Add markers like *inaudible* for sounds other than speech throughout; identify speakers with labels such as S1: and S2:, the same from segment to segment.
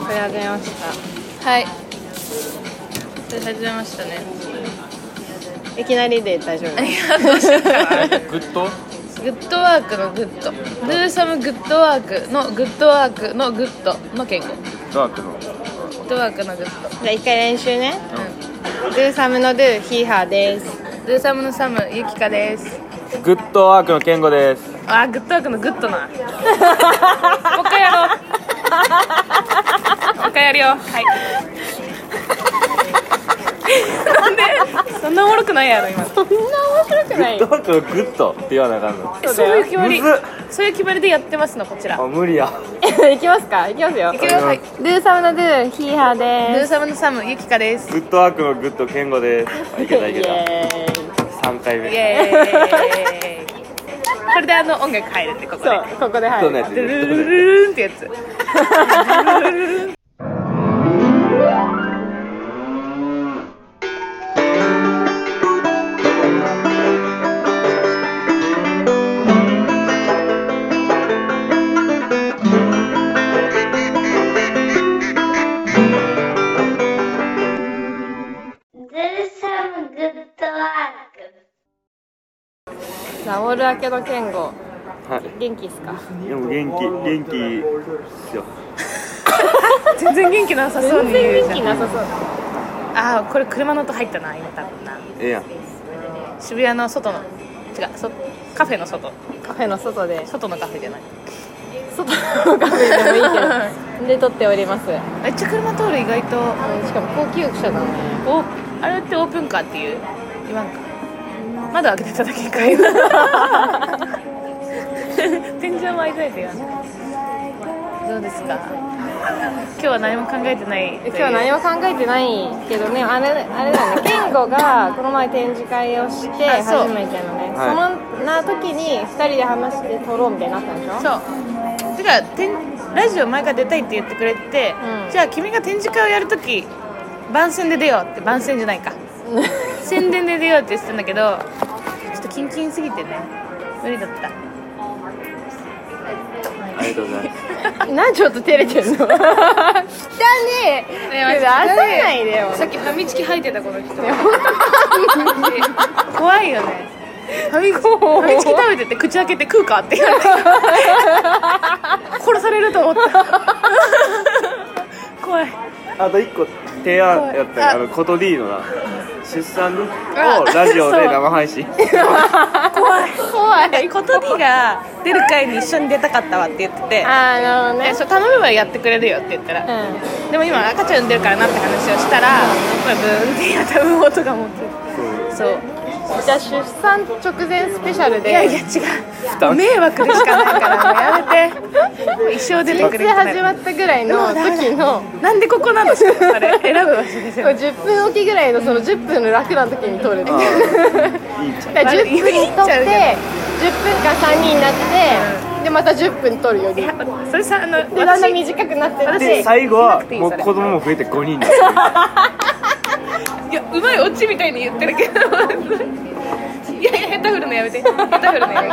S1: それ始めました
S2: はい
S1: それ始めましたねいきなりで大丈夫です
S3: グッド
S1: *laughs* グッドワークのグッドドゥーサムグッドワークのグッドワークのグッドの言語グ
S3: ダークの
S1: ッドワークのグッド
S4: じゃあ一回練習ね
S1: う
S4: ドゥサムのドゥヒーハーです
S1: んドゥーサムのサムゆきかです
S3: グッドワークの健吾です
S1: あーグッドワークのグッドなもう一回やろ *laughs* うもう一回やるよはいなんでそんなおもろくないやろ今
S3: グ
S4: *laughs*
S3: ッドワークのグッドって言わなあかんの
S1: そういう決まり
S3: むずっ
S1: そういう決まりでやってますのこちら
S3: あ無理や
S4: いきますかいきますよ
S1: いきますはい
S4: ドゥサムのドゥヒーハー
S1: ドゥ
S4: で
S1: ーサムのサムゆきかです
S3: グッドワークのグッド健吾ですあいけたいけた3回
S1: イ
S3: 目
S1: エーイ *laughs* これであの音楽入るんでここで
S4: そうここで
S3: そ
S4: 入
S3: うな
S4: る
S3: やつ
S1: ルルルルルルンってやつ
S4: ナオル明けの健吾
S3: はい
S4: 元気っすか
S3: でも元気元気っすよ
S1: 全然元気なさそうに言うじゃ
S4: な
S1: ん
S4: さそう
S1: ああこれ車の音入ったな今多分な
S3: ええやん
S1: 渋谷の外の違うそカフェの外
S4: カフェの外で *laughs*
S1: 外のカフェじゃない
S4: 外のカフェでもいい *laughs* けどで撮っております、う
S1: *laughs* めっちゃ車通る意外と
S4: んしかも高級車だね
S1: おあれってオープンカーっていう言わんか窓開けてただけかい *laughs* 天井も開いてないと言わんどうですか今日は何も考えてない
S4: 今日何
S1: も
S4: も考えてないけどねあれあれだね健吾がこの前展示会をして
S1: あそう
S4: 初めてのねそ
S3: は
S4: んな時に2人で話して撮ろうみたいになったんでしょ
S1: そうてかてんラジオ前から出たいって言ってくれて、
S4: うん
S1: じゃあ君が展示会をやるとき番宣で出ようって番宣じ
S4: *laughs*
S1: ゃないか宣伝で出ようって言ってたんだけどちょっとキンキンすぎてね無理だった
S3: ありがとうございます
S4: なんちょっと照れてんの *laughs* 汚ねえ
S1: ねえ
S4: 出さないでよ
S1: さっきファミチキ入ってたこの人 *laughs* 怖いよねファミファミチキ食べてて口開けて食うか *laughs* って言われて殺されると *laughs* 思った怖い
S3: あと一個提案やったよあのコト D のな出産をラジオで生配信
S1: 怖いコトディが出る回に一緒に出たかったわって言ってて
S4: ああなるほど
S1: え
S4: ね
S1: そう頼めばやってくれるよって言ったら、
S4: う
S1: でも今赤ちゃん産んでるからなって話をしたらこれブーンってやった産む音がもうそう
S4: うんじゃあ出産直前スペシャル
S1: いやいや
S4: で
S1: 違う迷惑でしかないからもうやめて一生出て
S4: 人
S1: く
S4: 生
S1: れない
S4: 始まったぐらいの時の
S1: なんでここな *laughs* のそれ選ぶ場所ですよ
S4: 10分おきぐらいのその10分の楽な時に撮るっ
S1: *laughs*
S4: ていう
S3: うんいいんちゃ
S4: だか
S3: う
S4: ら10分
S1: いいん
S4: 撮
S1: ち
S4: っ
S1: ゃうけ
S4: て10分間3人になってでまた10分撮るより
S1: い
S4: で
S1: やそれさあの
S4: だんだん
S1: 私
S4: 短くなってっ
S3: で
S4: て
S3: 最後は
S1: 見なくていい
S3: もう
S1: それ
S3: 子供も増えて5人になる
S1: いやうまいオチみたいに言ってるけどいやいや下手振るのやめて下手振るのやめ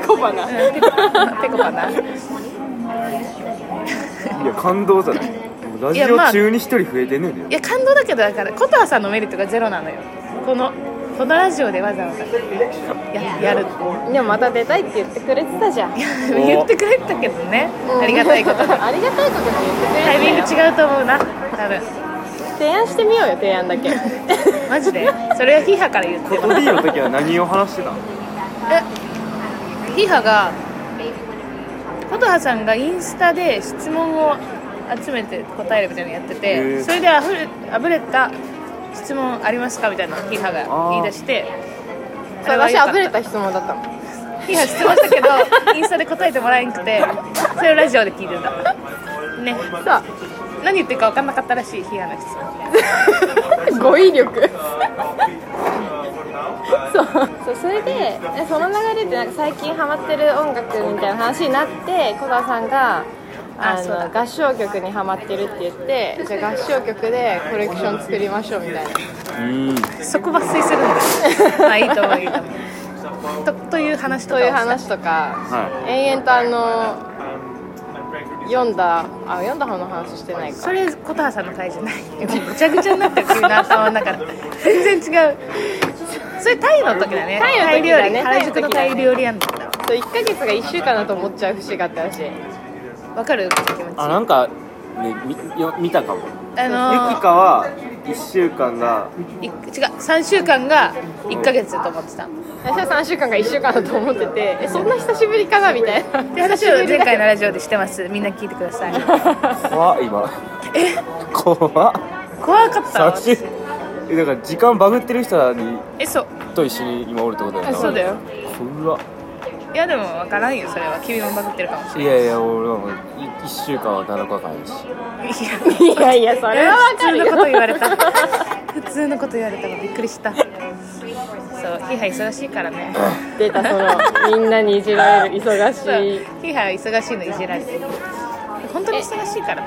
S4: ペコパな
S1: ペコパなペコパない
S3: いや感動だねもうラジ
S1: いやまあ
S3: オ中に1人増えてんねんだよ
S1: や感動だけどだから琴葉さんのメリットがゼロなのよこのこのラジオでわざわざややるって
S4: でもまた出たいって言ってくれてたじゃん
S3: お
S1: 言ってくれたけどね
S4: うん
S1: ありがたいこと
S4: *laughs*
S1: に
S4: ありがたいことに言ってくれ
S1: タイミング
S4: て
S1: 違うと思うな多分
S4: 提案してみようよ提案だけ
S1: マジでそれはヒーハから言って
S3: コト D の時は何を話してたの
S1: ヒーハが琴葉さんがインスタで質問を集めて答えるみたいなのやって
S3: へ
S1: て
S3: ー
S1: それであふれあぶれた質問ありますかみたいなのをヒーハが言い出して
S4: それ *laughs* 私あぶれ
S1: た
S4: た質問だったの
S1: ヒーハ質問した
S4: *laughs*
S1: けどインスタで答えてもらえんくてそれをラジオで聞いてたね
S4: さ
S1: 何言ってるか分かんなかったらしいヒーハの質問
S4: *laughs* あ *laughs* 語彙力そうそうそれでえその流れでなんか最近ハマってる音楽みたいな話になって小田さんが
S1: あ
S4: あ
S1: そうだ
S4: の合唱曲にハマってるって言ってじゃあ合唱曲でコレクション作りましょうみたいな
S3: うん
S1: そこ抜粋するんだまあいいと思ういいと思うとという話と
S4: そ
S1: か
S4: う
S1: を
S4: いう
S1: した
S4: 話とか、
S3: は
S4: 延々とあの読んだあ読んだ方の話してないか
S1: それ琴葉さんの回じゃない *laughs* ぐちゃぐちゃになってる急に頭の中で全然違うそれタイの時だね
S4: タイの時だね
S1: タイ料理原宿のタイ料理屋の時だわ
S4: そう1ヶ月が1週間だと思っちゃう節があって私
S1: わかる気持ち
S3: あなんか、ね、みよ見たかもゆき
S1: あの
S3: かは1週間が
S1: い違う3週間が1ヶ月と思ってた
S4: 私は3週間が1週間だと思っててえそんな久しぶりかなみたいな
S1: で私は前回のラジオでしてますみんな聞いてくだ *laughs* さい
S3: 怖っ今え怖っ
S1: 怖かったわ
S3: 寂しいえだから時間バグってる人に
S1: えそう
S3: と一緒に今おるってことだよ
S1: あ
S3: な
S1: そうだよ
S3: 怖っ
S1: いやでも分からんよそれは君もバグってるかもし
S3: いやいや俺はもう1週間は7
S1: *laughs*
S3: 日間やし
S1: れ *laughs* ない
S4: いやいやそれは分かる
S1: 普通のこと
S4: よ
S1: 言われた *laughs* 普通のこと言われたのびっくりしたそうヒハ忙しいからね
S4: 出たそのみんなにいじられる
S1: そう
S4: 忙しい
S1: ヒハは忙しいのいじられてる本当に忙しいからな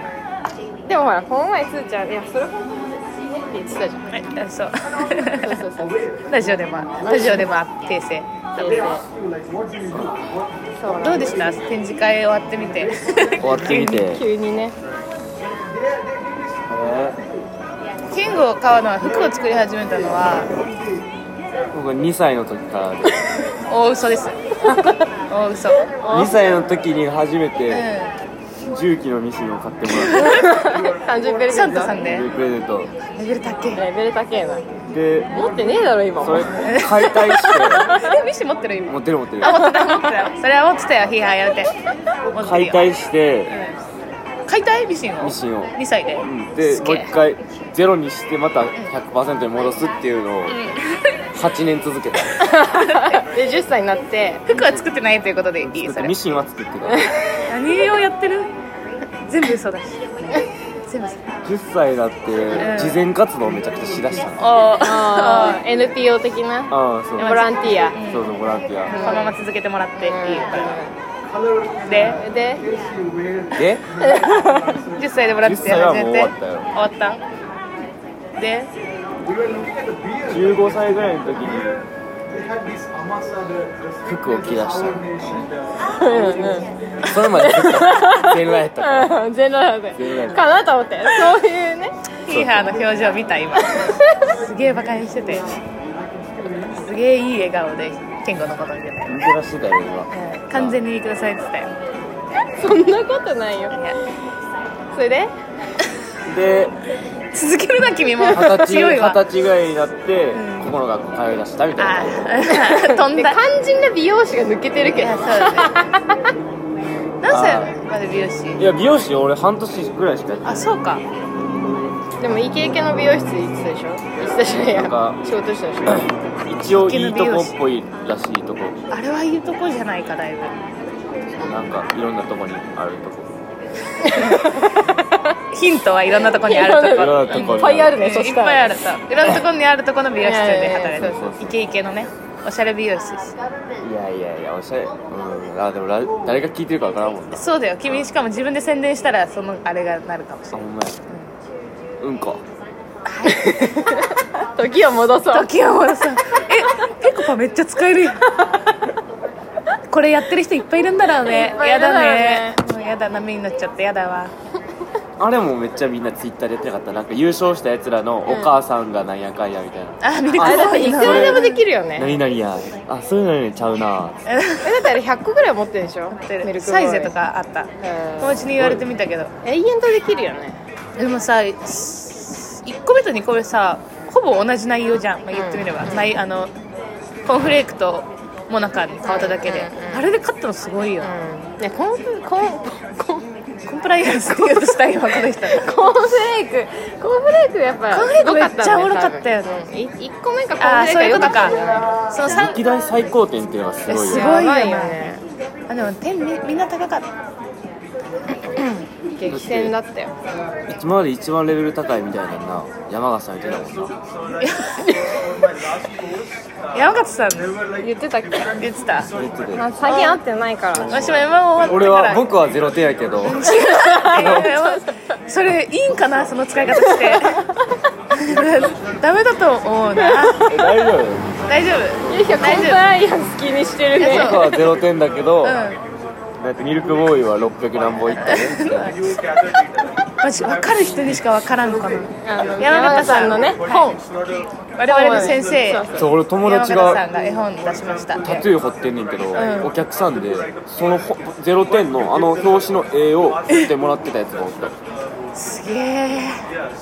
S4: でもほらこの前すーちゃんいやそれ本当に忙しいねって言ってたじゃん
S1: えあそ
S4: そ
S1: う
S4: うそうそう
S1: ラジオでもラジオでも訂正
S4: そう
S1: どうでした展示会終わってみて *laughs*
S3: 終わってみて
S4: 急にね
S1: キングを買うのは服を作り始めたのは
S3: 僕2歳の時からで
S1: 大嘘です大嘘う
S3: 2歳の時に初めて
S1: ん
S3: 重機のミシンを買ってもら
S1: *laughs*
S3: っ
S4: 30プレゼ
S1: サ
S4: ン
S1: ン
S4: ト
S1: タさん
S3: て
S1: で
S3: でプレゼント
S1: レベル高え
S4: レベル高えな
S3: で
S4: 持ってねえだろ今
S3: そ
S4: も
S3: れ解体して
S1: え *laughs* ミシン持ってる今
S3: 持ってる持ってる
S1: あ持ってた持ってたそれは持ってたよヒーハーやめて持ってる
S3: 解
S1: よ
S3: 体して、
S1: 解体ミシンを
S3: ミシンを
S1: 2歳で、
S3: うん、ですも
S1: げ
S3: う
S1: え
S3: 一回ゼロにしてまた100%に戻すっていうのを8年続けた
S4: *laughs* で10歳になって
S1: 服は作ってないということでいいそれ
S3: ミシンは作ってた
S1: 何をやってる全部嘘だし全部嘘
S3: 10歳だって
S1: ん
S3: 慈善活動めちゃくちゃしだしたの
S1: お
S4: あ
S1: ー
S4: ー NPO 的な
S3: ああそう
S4: ボランティア
S3: そうそうボランティ
S1: このまま続けてもらっていいからで
S4: で
S3: アで
S1: 10歳でもらって
S3: 10歳はもう終わったよ
S1: 終わったで
S3: 15歳ぐらいの時に服を着だしたのそれまでずっと全裸やったから
S4: うん全裸だ
S3: 全裸だ
S4: かなと思ってそういうね
S1: ヒーハーの表情見た
S3: *laughs*
S1: 今すげえバカにしててすげえいい笑顔で健吾のこと見てたよ
S3: 見てらしてたよ今
S1: 完全に見てくださいって言ってたよ
S4: そんなことないよ
S1: いや
S4: それで
S3: で
S1: 続けるな君も
S3: 二十
S1: 強い
S3: 歳
S1: わ
S3: 二十歳ぐらいになってここの学校通いだしたみた
S1: あ *laughs*
S3: いな
S4: *laughs*
S1: ー飛ん
S4: で
S1: だ
S4: 肝心な美容師が抜けてる
S1: い
S4: け
S1: や
S4: ど
S1: そう
S3: *laughs*
S1: だね何歳まで美容師
S3: いや美容師俺半年ぐらいしかやってない
S1: あそうか
S4: でもイケイケの美容室行ってたでしょ行ってたじゃねえや
S3: なんか
S4: 仕事してたでしょ
S3: 一応いいとこっぽいらしいとこ
S1: あれはいいとこじゃないかだいぶ
S3: なんかいろんなとこにあるとこ
S1: ヒントはいろんなとこにある
S4: い
S1: と
S3: い
S1: こ
S3: ろんなとこ
S4: いっぱいあるねそ
S1: い
S4: し
S1: ったぱい
S4: ら
S1: あるといろんなところにあるとこの美容室で働いてる
S4: いやいやいやそう
S3: そうそう
S1: イケイケのねおしゃれ美容師です
S3: いやいやいやおしゃれうんあでもラ誰が聞いてるかわからんもんな
S1: そうだよ君しかも自分で宣伝したらそのあれがなるかもし
S3: あ
S1: れ
S3: ほ
S1: ない
S3: んまやうんこ
S4: 時を戻そう
S1: 秋山さんえペコパめっちゃ使えるやんこれやってる人いっぱいいるんだろう
S4: い
S1: ね
S4: っぱいい
S1: や
S4: るだ
S1: だ
S4: ろうね
S1: ねもうやだ波に乗っちゃってやだわ
S3: あれもめっちゃみんなツイッターでやってなかったなんか優勝したやつらのお母さんがなんやかんやみたいな、
S1: あミルクボ
S4: あれだっ
S1: ー
S4: て
S1: イ
S4: い
S1: の
S4: く
S1: *laughs*
S4: らでもできるよね
S3: 何々やあそういうのにちゃうな
S4: えだってあれ100個ぐらい持ってるでしょミルクボー
S1: サ
S4: イ
S1: イゼとかあっ
S4: う
S1: た
S4: ん
S1: 友達に言われてみたけど
S4: 永遠とできるよね
S1: でもさ1個目と2個目さほぼ同じ内容じゃん、まあ、言ってみれば、ないあのコーンフレークとモナカに変わっただけで、
S4: うんうん
S1: あれで勝ったのすごいよ、
S4: うんねコンフコンコン
S1: コンプライアンスって言うとしたいわこの人
S4: コーンフレークコーンフレークやっぱ
S1: コーンフレーク
S4: よったんだ
S1: めっちゃおもろかったよね
S4: 多分うんい一個目かコー
S1: あ
S4: ン
S1: あ
S4: フレーク
S1: そう
S4: が
S1: いう
S4: 良
S1: こと
S4: ったん
S1: か
S4: じゃない
S1: その三
S3: 歴代最高点っていうのがすごい
S1: す
S3: よ
S1: ごいよね
S4: やばね
S1: あでも点みみんな高かった
S4: 激戦だったよ
S3: 今まで一番レベル高いみたいなんな山形さん言ってたもんな
S1: 山形さん
S4: 言ってたっけ
S1: 言ってた
S3: 言ってて
S4: あ最近会ってないから
S1: 私も山も終わっ
S3: 俺
S1: たから
S3: は僕はゼロ点やけ
S1: *laughs*
S3: ど
S1: 違うそれいいんかなその使い方して *laughs* ダメだと思うな
S3: え大 *laughs* 丈夫
S1: 大丈夫
S4: ゆうひはコンプライアンス気にしてる
S1: い
S4: ね
S1: や
S3: 僕はゼロ点だけど、
S1: うん
S3: だってミルクボーイは600何本いったね
S1: マジ分かる人にしか分からんのかな
S4: あの
S1: 山形さん
S4: のね
S1: 本我々の先生
S4: そうそう
S3: そう俺友
S1: 山
S3: 達
S1: 形さん
S3: が
S1: が絵本出しました
S3: タトゥー彫ってんねんけど、
S1: ん
S3: お客さんでそのほ0点のあの表紙の絵を彫ってもらってたやつがおった
S1: すげえ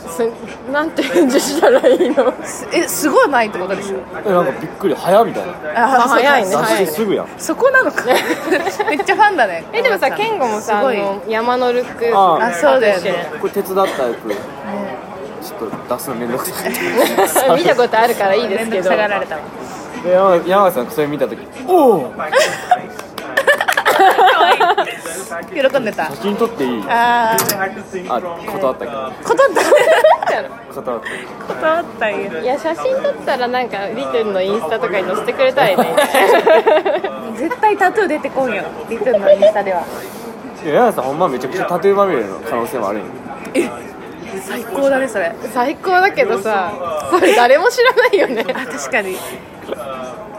S4: すなんて返事したらいいの
S1: すえすごい前ってことでしょ
S3: えなんかびっくり早っみたいな
S1: あ
S4: あ早いね
S1: そう
S3: 雑
S4: 早い
S3: 誌すぐやん
S1: そこなのか *laughs* めっちゃファンだね
S4: *laughs* えでもさ健吾もさ
S1: す
S4: あ
S1: ごい
S4: の山のルック
S3: あ
S1: あそうだよね
S3: これ手伝ったやつちょっと出すのめんどくさ
S4: *laughs*
S3: い
S4: 見たことあるからいいで
S1: め
S4: す
S1: んど
S4: け *laughs*
S1: く
S4: ど
S1: さがられたわ
S3: で山山口さんそれ見た時おお
S1: 喜んでた
S3: 写真撮っていい
S1: ああ
S3: あ断ったけ
S1: 断
S3: ど
S1: った
S3: 断った
S1: 断ったんや
S4: いや写真撮ったらなんかリトルのインスタとかに載せてくれたらいいね *laughs*
S1: 絶対タトゥー出てこんよリトルのインスタではい
S3: や山口さんほんまめちゃくちゃタトゥーまみれの可能性もあるんよ
S1: 最高だねそれ
S4: 最高だけどさそれ誰も知らないよね *laughs*
S1: あ確かに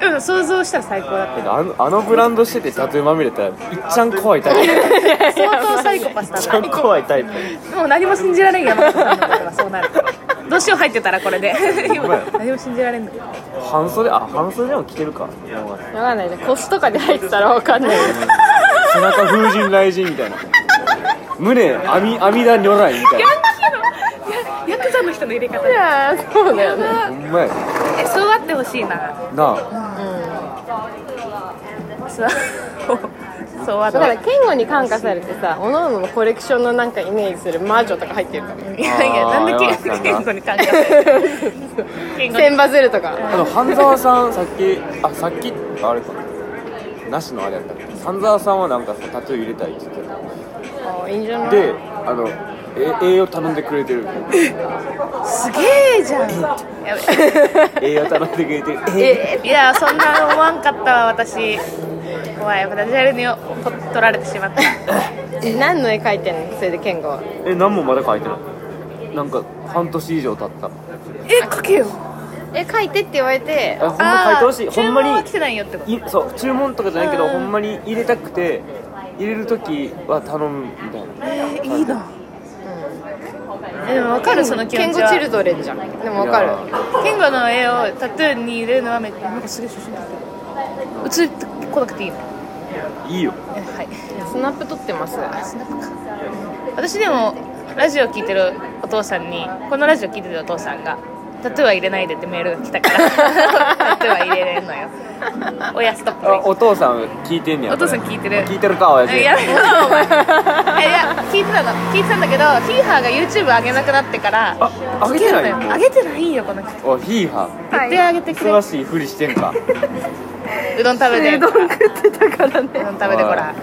S1: でも想像したら最高だっ
S3: けどあのあのブランドしててタトゥーまみれたらいっちゃん怖いタイプいった
S1: 相当サイコパスだ
S3: ちゃん怖いタイプ
S1: なもう何も信じられん山本さんのことがそうなるどうしよう入ってたらこ *laughs* れで今
S3: まや
S1: 何も信じられんのけど
S3: 半袖あ半袖でも着てるか山口さん
S4: 分かんないね腰とかで入ってたら分かんないよ
S3: 背中風神雷神みたいな胸阿弥阿弥陀如来みたい
S1: ヤクザの人の入れ
S4: *laughs*
S1: 方
S4: いやーそうだよね
S3: なほんまや
S1: えそうあってほしいな
S3: なあ
S1: そうそうあっ
S4: だから
S1: て
S4: 健吾に感化されてさおのおののコレクションのなんかイメージする魔女とか入ってるから
S1: *laughs* いやいやなんで
S3: あー
S1: 健吾に考えて健吾に
S4: 千羽鶴とか
S3: あの半沢さんさっきあさっきあれかなしのあれやったっけ半沢さんはなんかさタトゥー入れたいって言って
S4: あーいいんじゃな
S3: た
S4: い
S3: であのえ栄養頼んでくれてる
S1: すげえじゃんやべ
S3: 栄養頼んでくれてるえ
S1: えいやそんな思わんかったわ私怖い私あれにと取られてしまった
S4: え何の絵描いてんのそれで健吾は
S3: え何もまだ書いてないなんか半年以上経った
S1: えかけよ
S4: え描いてって言われて
S3: えほんま書いてほしいほんま
S1: 注文は
S3: に
S1: 来てないよってこと
S3: いそう注文とかじゃないけど
S1: うん
S3: ほんまに入れたくて入れる時は頼むみたいな
S1: えー、いいな、えでも分かるその気
S4: 健吾
S1: 持ちは
S4: チルドレンじゃんでも分かる
S3: いや
S1: 健吾の絵をタトゥーに入れるのはめなんかすげえ初心者映ってこなくていいの
S3: ーいいよ
S1: えはい
S4: スナップ撮ってます
S1: スナップか私でもラジオ聞いてるお父さんにこのラジオ聞いてるお父さんがタトゥーは入れないでってメールが来たからタトゥーは入れれんのよ親ストップ
S3: あ
S1: で
S3: お父さん聞いてんねや
S1: お父さん聞いてる
S3: 聞いてるか親父
S1: えやめろお前えいや聞いてたの聞いてたんだけどヒーハーが YouTube 上げなくなってから
S3: あ上げてない
S1: 聞けるのよ上げてないよこの人
S3: おいヒーハ
S1: 絶対上げてくれ
S3: 忙しいふりしてんか
S1: うどん食べてうどん食
S4: ってたからね
S1: べてこら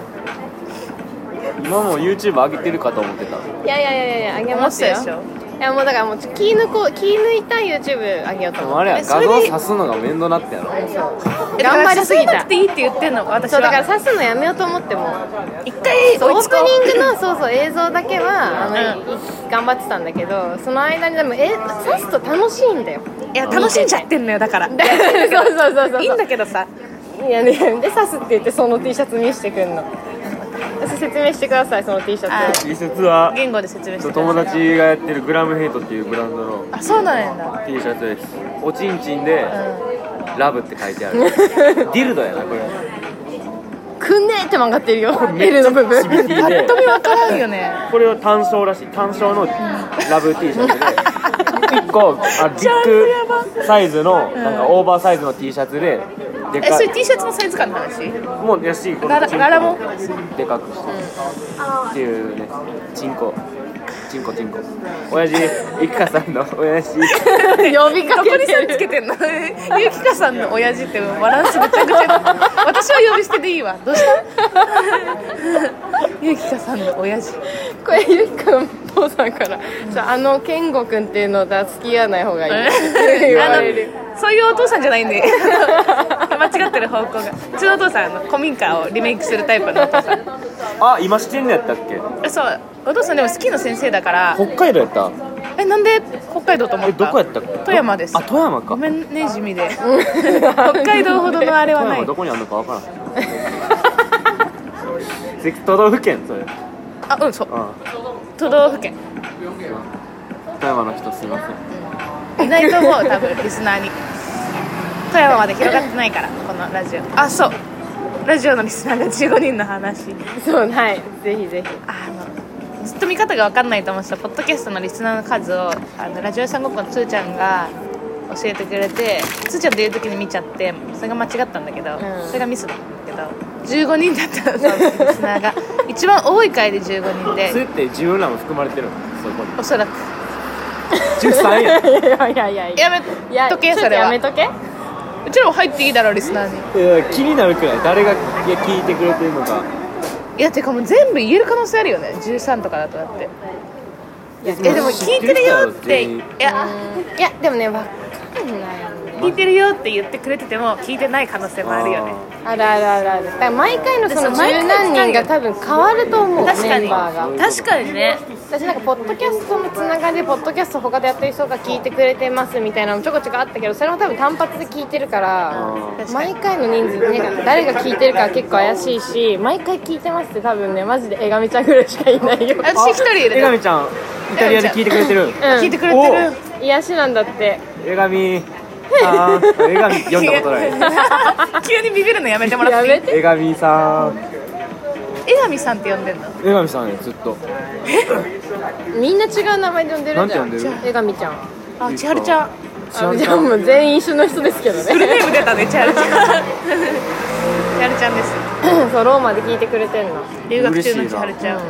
S3: 今も YouTube 上げてるかと思ってた
S4: いやいやいやいやあげ
S1: 思
S4: ま
S1: って
S4: す
S1: た
S4: よ
S1: でしょ
S4: いやもうだからもうちょっと気抜こう気抜いた YouTube あげようと
S3: で
S4: 思
S3: も
S4: う
S3: あれや
S1: えそ
S3: 画
S1: れで
S3: 像刺すのが面倒なってやろ
S1: え
S4: 頑張りすぎ
S1: だか
S4: た
S1: ら刺さなくていいって言ってんの私
S4: そ
S1: は
S4: うだから刺すのやめようと思っても
S1: 一回
S4: そうオ
S1: 追い
S4: ー
S1: つこう
S4: プニングのそうそう映像だけはあの、
S1: う
S4: い頑張ってたんだけどその間にでもえ刺すと楽しいんだよ
S1: いや楽しんじゃってんのよだか
S4: *laughs*
S1: ら
S4: そうそうそう *laughs* そう
S1: いいんだけどさ
S4: いやねで刺すって言ってその T シャツ見してくんの説明してくださいその T シ
S1: あ
S4: ャツ
S3: 一説は
S1: 言語で説明してくだ
S3: 友
S1: さい
S3: 達がやってるグラムヘイトっていうブランドの
S1: あそうなんだ
S3: T シャツですおちんちんでラブって書いてあ
S1: *laughs*
S3: るディルドやなこれ
S4: くんねーって曲がってる *laughs* よ L の部分
S3: ちびき
S1: ぱ
S3: で
S1: っと見分からんよね
S3: これは単勝らしい単勝のラブ T シャツで1個
S1: *laughs*
S3: あビッグサイズのなんかオーバーサイズの T シャツでで
S1: え
S3: か
S1: そ
S3: い
S1: れ T シャツのサイズ感の話
S3: もうやしこの
S1: 柄
S3: チンコ
S1: 柄も
S3: でかくして、っていうねチンコチンコチンコ親父一華さんの親父
S4: 呼びか
S1: どこ
S4: け
S1: に
S4: て
S1: さんつ
S4: る
S1: けてんのゆきかさんの親父ってバランスめちゃくちゃだ私は呼び捨てでいいわどうしたゆきかさんの親父
S4: *laughs* これゆきくんお父さんから「そうあの健吾くんっていうのとは付き合わない方がいい」って言われ *laughs* る
S1: あのそういうお父さんじゃないんで間違ってる方向がうちのお父さんあの古民家をリメイクするタイプのお父さん
S3: あ今してんのやったっけ
S1: そうお父さんでもスキーの先生だから
S3: 北海道やった
S1: えなんで北海道と思っ
S3: え
S1: た
S3: どこやったっけ
S1: 富山です
S3: あ富山か
S1: ごめんね地味で北海道ほどのあれは
S3: 富
S1: ない
S3: *laughs* 山どこにあるのかわからんせ都道府県それうん
S1: あうんそう
S3: 富
S1: 都道府県
S3: 山の人すいませ
S1: いないと思う多分リスナーに富山まで広がってないからこのラジオあそうラジオのリスナーが15人の話
S4: そうはいぜひぜひ
S1: あのずっと見方が分かんないと思ってたポッドキャストのリスナーの数をあのラジオ屋さんごっこのつーちゃんが教えてくれてつーちゃんという時に見ちゃってそれが間違ったんだけど、
S4: ん
S1: それがミスだったんだけど15人だったのそのリスナーが一番多い回で15人
S3: んそれ
S1: で
S3: って自分らも含まれてるのそこに
S1: おそらく
S3: 13や
S4: *laughs*
S3: ん
S4: いやいやいやい
S1: やめ
S4: いや
S1: とけ
S4: ちょっ
S1: それ
S4: や
S1: は
S4: めとけ
S1: うちらも入っていいだろうリスナーに
S3: いや気になるくらい誰がいや聞いてくれてるのか
S1: いやてかもう全部言える可能性あるよね13とかだとだって
S3: え
S1: えでも聞いてるよっていや
S4: いやでもねわかんないよね
S1: 聞いてるよって言ってくれてても聞いてない可能性もあるよね
S4: あるあるあるあるだから毎回のその
S1: そう毎
S4: 十
S1: 回
S4: 何人が多分変わると思う
S1: 確か
S4: メ
S1: に
S4: ンバーが
S1: 確かにね
S4: 私なんかポッドキャストのつながりでポッドキャスト他でやってる人が聞いてくれてますみたいなのもちょこちょこあったけどそれも多分単発で聞いてるから
S1: 確かに
S4: 毎回の人数ね誰が聞いてるか結構怪しいし毎回聞いてますって多分ねマジで江上ちゃんぐらいしかいない *laughs* よ、
S1: 私一人い
S3: 江
S1: る
S3: 上ちゃんイタリアで聞いてくれてる
S4: うん、
S1: 聞いてくれてる
S4: 癒しなんだって
S3: 江上さん江上読んだこと
S1: *laughs*
S3: ない
S1: ない急にビビるのやめてもら
S4: や
S1: っていい
S4: めて
S3: 江上さん
S1: 江上さんって呼んでんの
S3: 江上さんよずっと
S4: みんな違う名前で呼んでるじゃん
S3: なんて呼んで
S4: 江上ちゃん
S1: あ千春ちゃん
S3: 知ら
S4: あ
S3: ん
S4: じ
S3: ち
S4: ゃ
S3: ゃ
S4: あ
S3: ん
S4: もう全員一緒の人ですけど
S1: フル
S4: ね
S1: ネーム出たね千春ちゃん千春ちゃんです
S4: *laughs* そうローマで聞いてくれてんの
S1: 留学中の
S3: 嬉しい
S1: 千
S3: な
S1: 春ちゃん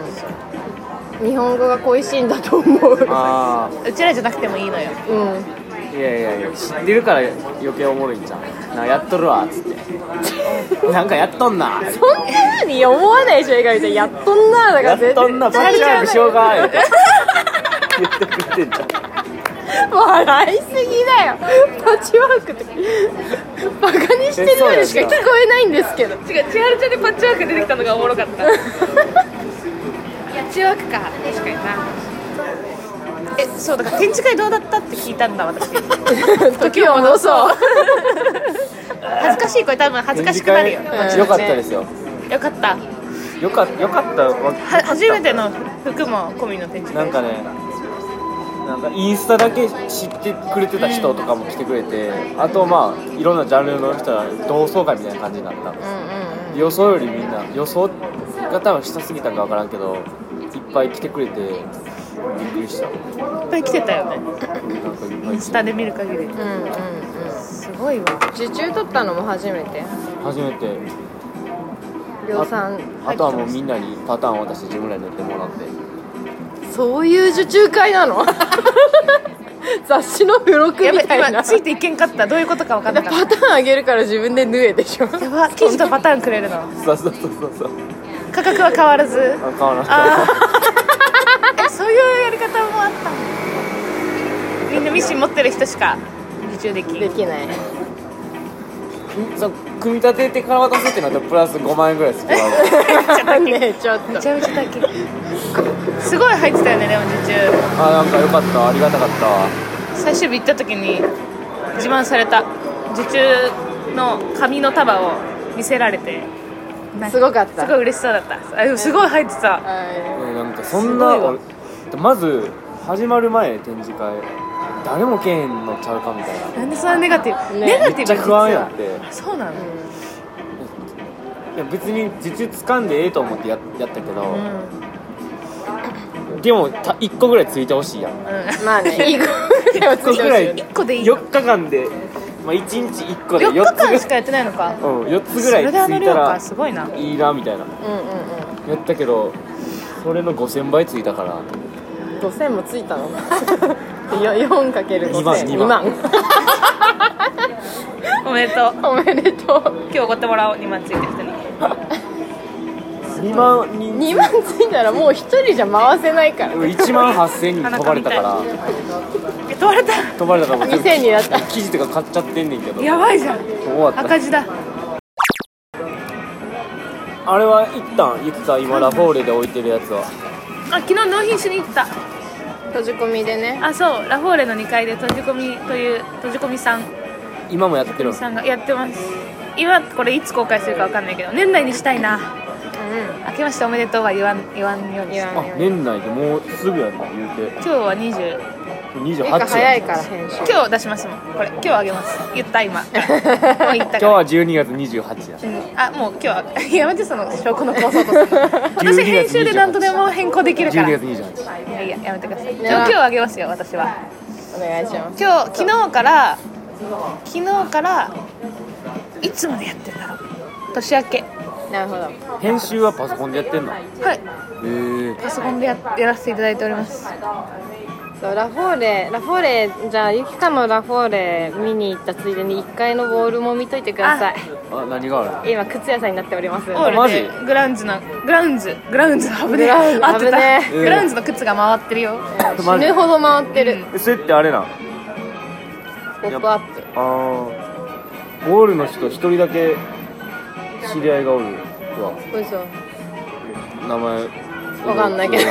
S4: 日本語が恋しいんだと思う
S3: あ
S1: うちらじゃなくてもいいのよ
S4: うん
S3: ーいやいやいや知ってるから余計おもろいんじゃんなんかやっとるわっつってなんかやっとんな
S4: そんな風に思わないでしょ、映画みたいやっとんなだか
S3: や
S4: ら
S3: っとんな
S4: 絶
S3: パン
S4: 対
S3: チアップしようか言って
S4: 絶
S3: 言ってくれてんじゃん
S4: 笑いすぎだよパッチワークってバカにしてるようにしか聞こえないんですけど
S1: 違う千春ちゃんでパッチワーク出てきたのがおもろかったいやパッチワークか確かになえそうだから展示会どうだったって聞いたんだ私
S4: 時を戻そう
S1: *laughs* 恥ずかしい声多分恥ずかしくなるよ
S3: 展示会よかったですよ
S1: よかった
S3: よかよかったわ
S1: は初めての服も込みの展示
S3: な
S1: 会
S3: んかねなんかインスタだけ知ってくれてた人とかも来てくれて、あとまあいろんなジャンルの人は同窓会みたいな感じになったんです、予想よりみんな予想が多分下すぎたんか分からんけどいっぱい来てくれてびっくりしたなん
S1: いっぱい来てたよね
S3: かいっ
S1: イ
S3: ぱい
S1: ンスタで見る限り
S4: うんうんうん
S1: すごいわ
S4: 受注取ったのも初めて
S3: 初めて
S4: 量産
S3: あとはもうみんなにパターンを渡して自分らにやってもらって
S4: そういう受注会なの *laughs* 雑誌の付録
S1: やべ
S4: みたいな
S1: 今ついていけんかったどういうことか分かんなかっ
S4: パターンあげるから自分で縫えでしょ
S1: たやば生地とパターンくれるの
S3: そうそうそうそうそう
S1: 価格は変わらず
S3: あ変わらなか
S1: あ
S3: った
S1: ー *laughs* えそういうやり方もあったのみんなミシン持ってる人しか受注できん
S4: でき *laughs* ない
S3: *laughs* そう組み立ててから渡すってなったらプラス5万円ぐらいですけ
S1: *laughs*
S3: ど
S4: ねちょっ
S1: め
S4: と
S1: ちゃめちゃだけすごい入ってたよねでも受注
S3: あなんかよかったありがたかったわ
S1: 最終日行った時に自慢された受注の紙の束を見せられて
S4: すごかった
S1: すごい嬉しそうだったあでもすごい入ってた
S4: は
S3: えーなんかそんな
S1: すごいわ
S3: 俺まず始まる前展示会誰もけえへんのちゃうかみたいな
S1: なんでそんなネガティブ、
S4: ね
S1: ネガティブ
S3: めっちゃ不安やっ
S1: 実
S3: てい
S1: はそうなの、
S3: や別に実掴んでええと思ってややったけど、
S1: うん
S3: でもた1個ぐらいついてほしいやん
S4: いまあねい
S1: *laughs*
S4: い子ぐらいはつ
S3: 1個
S4: いてほしい
S3: ぐら
S4: よ
S3: い
S4: ね
S1: 1個でいいの
S3: 4日間で、まあ、1日1個で
S1: 4
S3: 4
S1: 日
S3: つぐら
S1: 間
S3: い
S1: しかやってないのか
S3: うん、4つぐ
S1: そ
S3: ら
S1: れ
S3: いつ
S1: であの
S3: い
S1: 量
S3: た
S1: からすごいな、
S3: いいなみたいな
S4: うんうん
S3: やったけどそれの5000倍ついたから
S4: うん5000もついたの *laughs* 4かける
S3: 二万
S4: 5000
S3: 二
S4: 2万
S3: 万
S1: おめでとう
S4: *laughs* おめでとう
S1: 今日おごってもらおう2万ついてる人に
S3: 2万人
S4: 2万ついたらもう1人じゃ回せないから
S3: 1万8000人飛ばれたから
S1: え問われた
S3: 飛ばれたからもう全部
S4: 2000になった
S3: 生地とか買っちゃってんねんけど
S1: やばいじゃん
S3: 終わった
S1: 赤字だ
S3: あれは一旦言ってた今ラフォーレで置いてるやつは
S1: あ昨日納品しに行った
S4: 閉じ込みでね
S1: あそうラフォーレの2階で閉じ込みという閉じ込みさん
S3: 今もやってるの
S1: さんがやってます今これいつ公開するかわかんないけど年内にしたいな
S4: うん
S1: 明けましておめでとうは言わん言わんようにし
S4: 言
S1: て
S4: わん
S3: あ年内でもうすぐやね言うて
S1: 今日は20
S4: ゆ
S3: 28
S4: か早いからら編集
S1: 今日出しますもんこれ今日あげます言った今もう言った
S3: 今
S1: か
S3: 日
S1: ら
S3: は12月28や
S1: うんあもう今日はやめてその証拠の構想とす
S3: *laughs*
S1: るの私編集で何とでも変更できるからい
S3: 12月28
S1: やいややめてください
S4: ね
S1: でも今日あげますよ私は
S4: お願いします
S1: 今日昨日から昨日からいつまでやってんだろう年明け
S4: なるほど
S3: 編集はパソコンでやってんのへ
S1: はい
S3: え
S1: パソコンでややらせていただいております
S4: そうラフォーレラフォーレじゃあゆきかのラフォーレ見に行ったついでに1階のウォールも見といてください
S3: あ何がある
S4: 今靴屋さんになっております
S1: オール
S3: マ
S1: で
S3: ジ
S1: グラウンズのグラウンズグラウンズ危ね
S4: グ
S1: え
S4: ラウンズ
S1: 合ってた
S4: 危ね
S3: え
S1: グラウンズの靴が回ってるよ
S4: 死ぬほど回ってる
S3: えそれってあれなん
S4: 「ポップアップ
S3: あーゴールの人一人だけ知り合いがおるわ
S4: 嘘
S3: 名前
S4: わかんない
S3: *laughs*
S4: けど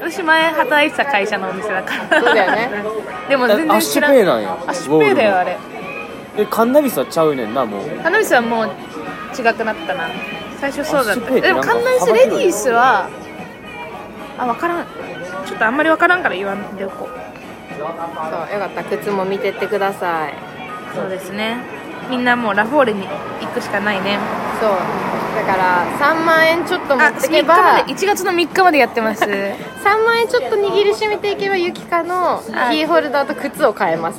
S1: 私前働いてた会社のお店だから
S4: そうだよね
S1: *laughs* でも全
S3: えア
S1: 然
S3: ッシ
S1: 知
S3: ュ
S1: ら
S3: ペイ
S1: ん
S3: なんや
S1: アッシュペイだよあれ
S3: えカンナビスはちゃうねんなもう
S1: 花火さんもう違くなったな最初そうだっ
S3: アッシュ
S1: た
S3: ペイって
S1: でも
S3: なんか
S1: 観覧車レディースはあ分からんちょっとあんまり分からんから言わんでおこう
S4: そうよかった靴も見てってください
S1: そうですねみんなもうラフォーレに行くしかないね
S4: そうだから3万円ちょっと持
S1: あ
S4: って
S1: 3
S4: け
S1: 日ま
S4: ば
S1: で1月の3日までやってます
S4: 3万円ちょっと握りしめていけばゆきかのキーホルダーと靴を買えます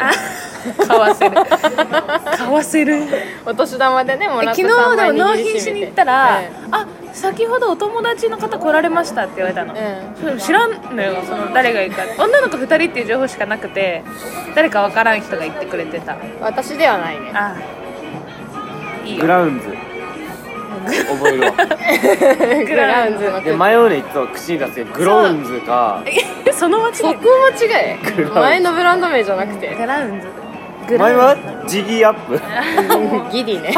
S1: 買
S4: *laughs*
S1: わせる買わせる
S4: お年玉でねも
S1: え
S4: らっ
S1: 昨
S4: た
S1: 日
S4: 3
S1: で
S4: 万円
S1: も納
S4: 握り
S1: 品
S4: し
S1: し
S4: め
S1: に
S4: て
S1: 行ったら、
S4: うん
S1: あ先ほどお友達の方来られましたって言われたの、
S4: う
S1: それも知らんのよその誰がいるか女の子2人っていう情報しかなくて誰か分からん人が言ってくれてた
S4: ん、私ではないね
S1: ああいい
S3: グ
S1: よ
S3: ラウンズ覚えるわ
S4: *laughs* グラウンズの
S3: で
S4: 靴
S3: 迷うねいつも口に出すけどグローンズか
S1: *laughs* その街
S4: そこ
S1: で
S4: も違え
S3: グラウンズ
S4: 前のブランド名じゃなくて
S1: グラウンズグ
S3: 前
S1: ラウン
S3: はジギーアップ
S4: ギリ *laughs* ね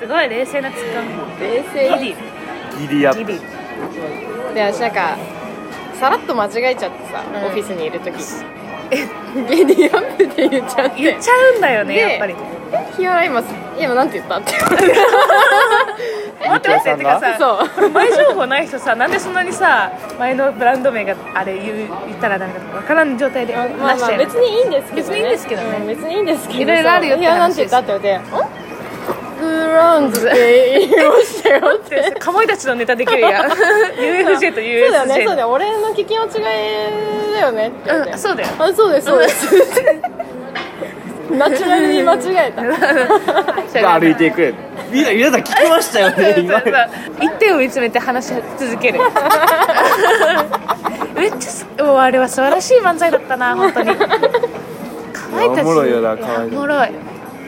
S1: ズすごい冷静なツッコ
S4: 冷
S1: ミギ
S4: 静
S1: リ
S3: ギリアッ
S1: ギ
S3: プ
S1: リ
S4: で私なんかさらっと間違えちゃってさ、
S1: ん
S4: オフィスにいる時ギリアップって言っちゃって
S1: 言っちゃうんだよね
S4: で
S1: やっぱり
S4: 「日原今今なんて言った?」って言われ
S1: 待って待っててか
S4: て
S1: さ
S4: そう
S1: これ前情報ない人さなんでそんなにさ前のブランド名があれ言う言ったらなんか分からん状態で出し
S4: *laughs* まあま
S1: ちゃ
S4: あ
S1: うよ
S4: 別にいいんですけどね
S1: 別にいいんですけどね
S4: うん別にいいんですけど
S1: いろいろあるよっ
S4: い
S1: て
S4: やなん
S1: 話
S4: て
S1: で
S4: 言っ
S1: す
S4: たって言われて「んグラウンズ」って言いましたよって
S1: かまいたちのネタできるやん UFJ と
S4: *laughs* そうだよねそう
S1: USJ
S4: だよ俺の聞き間違いだよねって言って、
S1: うんそうだよ
S4: あそうですそうですナチュラルに間違え
S3: *laughs*
S4: た
S3: が歩いていくやんみんな皆さん聞き
S4: *laughs*
S3: ましたよね今
S1: 一点を見つめて話し続
S3: *laughs*
S1: けるめっちゃすもうあれは素晴らしい漫才だったな本当にかまいたち
S3: いやおもろいよな可愛い
S1: やおもろい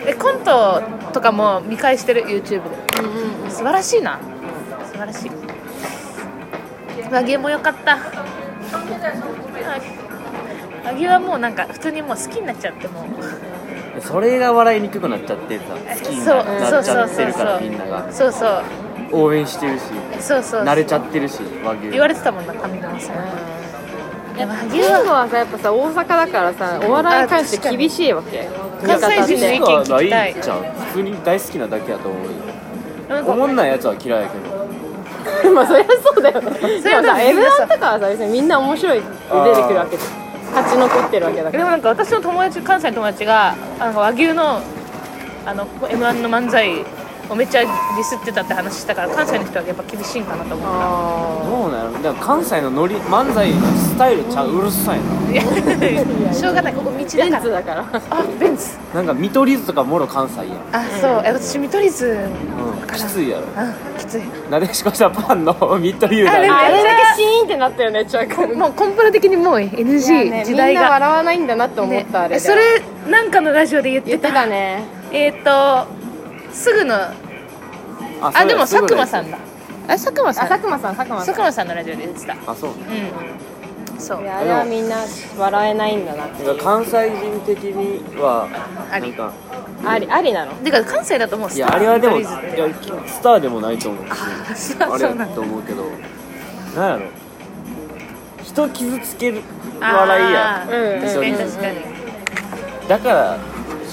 S1: えコントとかも見返してる YouTube で、素晴らしいな素晴らしい和牛も良かった和牛はもうなんか普通にもう好きになっちゃってもう
S3: それが笑いにくくなっちゃってさ好きにななっちゃってるからみんなが
S1: そうそう
S3: 応援してるし
S1: そうそう
S3: 慣れちゃってるし和牛
S1: 言われてたもんな上沼さんいや和牛
S4: ユー
S1: は
S4: モはさやっぱさ大阪だからさお笑いに関して厳しいわけ
S1: 確かに
S4: だって
S1: 関西人
S3: い
S1: ね
S3: い人は
S1: 意見聞きた
S3: ない
S1: い
S3: じゃん普通に大好きなだけやと思うよ
S1: なん
S3: おも
S1: か
S3: んないやつは嫌いやけ
S4: *laughs*
S3: ど
S4: まあそりゃそうだよね
S1: そ
S4: で
S1: れは
S4: も
S1: 多
S4: さ
S1: 分
S4: m 1とかはさ別にみんな面白い出てくるわけじゃん勝ち残ってるわけだか
S1: でもなんか私の友達関西の友達がなんか和牛のあの m 1の漫才をめっちゃディスってたって話したから関西の人はやっぱ厳しいんかなと思う
S4: ら
S3: どうなのでも関西のノリ漫才のスタイルちゃううるさいない
S1: やしょうがないここ道
S4: ベ
S1: だ
S4: ン
S1: か
S4: ツ
S1: ら
S4: だから
S1: あベンツ
S3: なんか見取り図とかもろ関西やん、
S1: あそうえ私見取り図
S3: うん、きついやろ
S1: うんきつい
S3: なでしこジャパンの見取り図だ
S1: あ
S4: あ
S1: れ
S4: れ
S1: ね
S3: ね
S4: だけシーンってなったよねちゃうか
S1: もうコンプラ的にもう
S4: いや
S1: NG
S4: ね
S1: 時代
S4: みんな
S1: が
S4: 笑わないんだなって思ったあれ
S1: え
S4: で
S1: それなんかのラジオで言っ
S4: 言
S1: て
S4: って
S1: た
S4: たね
S1: えっとすぐの
S3: あ
S1: あでも佐久間さ
S3: ん
S1: んだあ佐久間
S4: あ
S1: さん
S4: 佐久間さん佐久間さ
S1: 佐
S4: ん
S1: 久間さんのラジオで言ってた
S3: あそう
S1: うんそ
S4: いうやあれはみんな笑えないんだなって
S3: なんか関西人的には
S1: あ
S3: な
S1: り
S3: んか
S4: ありありなの
S1: てか関西だともう
S3: いやあれはでもい
S1: 見
S3: や
S1: 取り
S3: スターでもないと思うし
S1: 図って
S3: あ
S1: あ
S3: れ
S1: そうな
S3: や
S1: ん
S3: と
S1: だ
S3: 思うけどなんやろ人傷つける笑いやん
S1: あー
S4: うん
S1: 確かに
S3: うん
S1: 確かに
S3: だから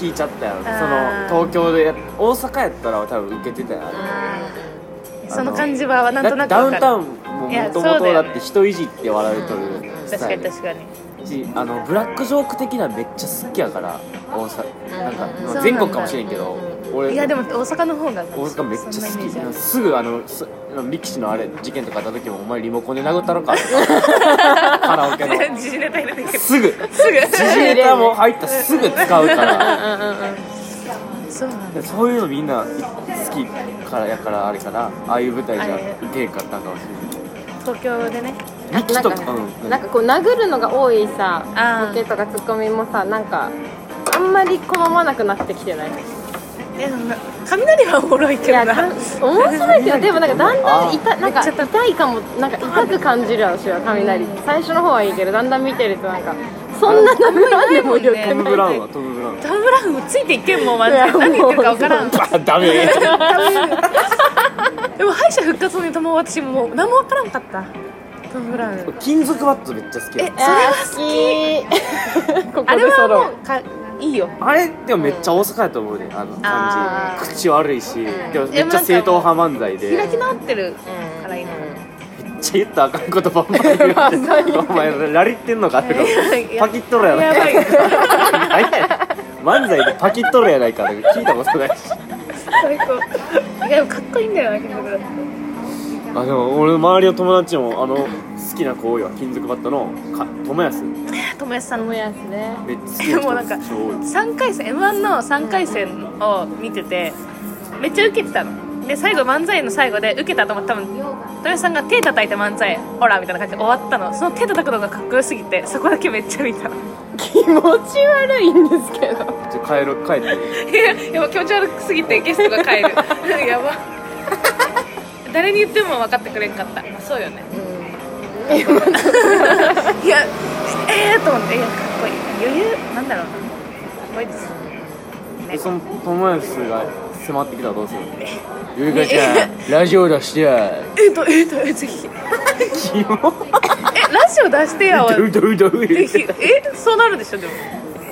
S3: 引いちゃったやろ
S1: あー
S3: その東京でやっ大阪やったら多分受けてたやろ
S1: あその感じはなんとなく
S3: ダ
S1: わ
S3: ウン
S1: かる
S3: タウンも
S1: いや
S3: もと
S1: そ
S3: も
S1: うだ
S3: とだ
S1: よね
S3: って人いじって笑いとるス
S1: 確
S3: タ
S1: か
S3: イ
S1: に
S3: ル
S1: 確かに
S3: しあのブラックジョーク的なめっちゃ好きやから大阪なんか
S4: うん
S1: うん
S3: まあ全国かもしれんけど俺
S1: いやでも大阪の方が
S3: 大阪めっちゃ
S1: そんなイメージあ
S3: 好
S1: る
S3: きすぐあのす力士のあれ事件とかあった時も「お前リモコンで殴ったろか」ってカラオケの
S1: 時事ネタになってくる
S3: すぐ
S1: すぐ
S3: 時事ネタも入ったらすぐ使うから
S1: そうなんだ
S3: そういうのみんな好きからやからあれかなああいう舞台じゃ
S1: あれ
S3: いけんかったんかもしれ
S1: 東京でね
S3: ない力士と
S4: なん
S3: か
S4: か,、
S3: うん
S4: なんかこう殴るのが多いさ
S1: あー
S4: ボケとかツッコミもさなんかあんまり好まなくなってきてない
S1: え雷はおもろい
S4: い
S1: けど
S4: や
S1: な
S4: かん面白いけどでもなんかだんだん痛なんか
S1: めっちゃ
S4: 痛いかもなんか痛く感じる私は雷最初の方はいいけどだんだん見てるとなんかそんな殴らんでもよく
S1: あ
S4: な
S3: ト
S4: い
S3: ム・ブラウンはトム・ブラウン
S1: ダブラウンもついていけんもんマジ
S4: いや
S1: で何言ってるか分からん
S3: あダメ
S1: *laughs* でも敗者復活のネタも私ももう何も分からんかったトム・ブラウン
S3: 金属バットめっちゃ好き
S1: え
S3: や
S1: それは
S4: れは好き *laughs* こ
S1: あ
S4: こ
S1: れ
S4: で
S1: は
S4: 揃
S1: も
S4: う
S1: うかいいよ
S3: あれでもめっちゃ大阪やと思うねあの
S1: あ
S3: 感
S1: ー
S3: じ口悪いしでもめっちゃ正統派漫才で
S1: 開き直ってるからいいの
S3: めっちゃ言ったらあかんことばんばり
S1: *laughs*
S3: 言うてお前ラリってんのかってこ
S1: い
S3: と
S1: *laughs* や
S3: パキっとるや
S1: や
S3: な
S1: ば
S3: い
S1: い
S3: か *laughs* 何やねん漫才でパキっとるやないかって聞いたことないし
S1: 最高いやでもかっこいいんだよな金属だって
S3: あでも俺の周りの友達もあの好きな子多いわ金属バットのか友安め
S1: 友安さんの
S4: もやしね
S3: っち
S1: で
S3: ゃ好き
S1: もな
S3: な
S1: んか
S3: 人超多い
S1: 3回戦 m 1の3回戦を見ててめっちゃウケてたので最後漫才の最後でウケたと思ったら多分豊橋さんが手叩いて漫才ほらみたいな感じで終わったのその手叩くのがかっこよすぎてそこだけめっちゃ見た
S4: 気持ち悪いんですけど
S3: ちょ帰ろ帰っ
S1: い
S3: て
S1: や *laughs* やば気持ち悪すぎてゲストが帰る *laughs* やば誰に言っても分かってくれんかったそうよね *laughs* いやええー、と思っていやかっこいい余裕なんだろうなかっこいいです
S3: でその友安が迫ってきたらどうするゆいかちゃんラジオ出してや
S1: えっとえっとえっとぜひ
S3: キモ *laughs*
S1: えラジオ出して *laughs* やは
S3: ドゥドゥドゥ
S1: ぜ
S3: 言っ
S1: ひ
S3: て
S1: えそうなるでしょでも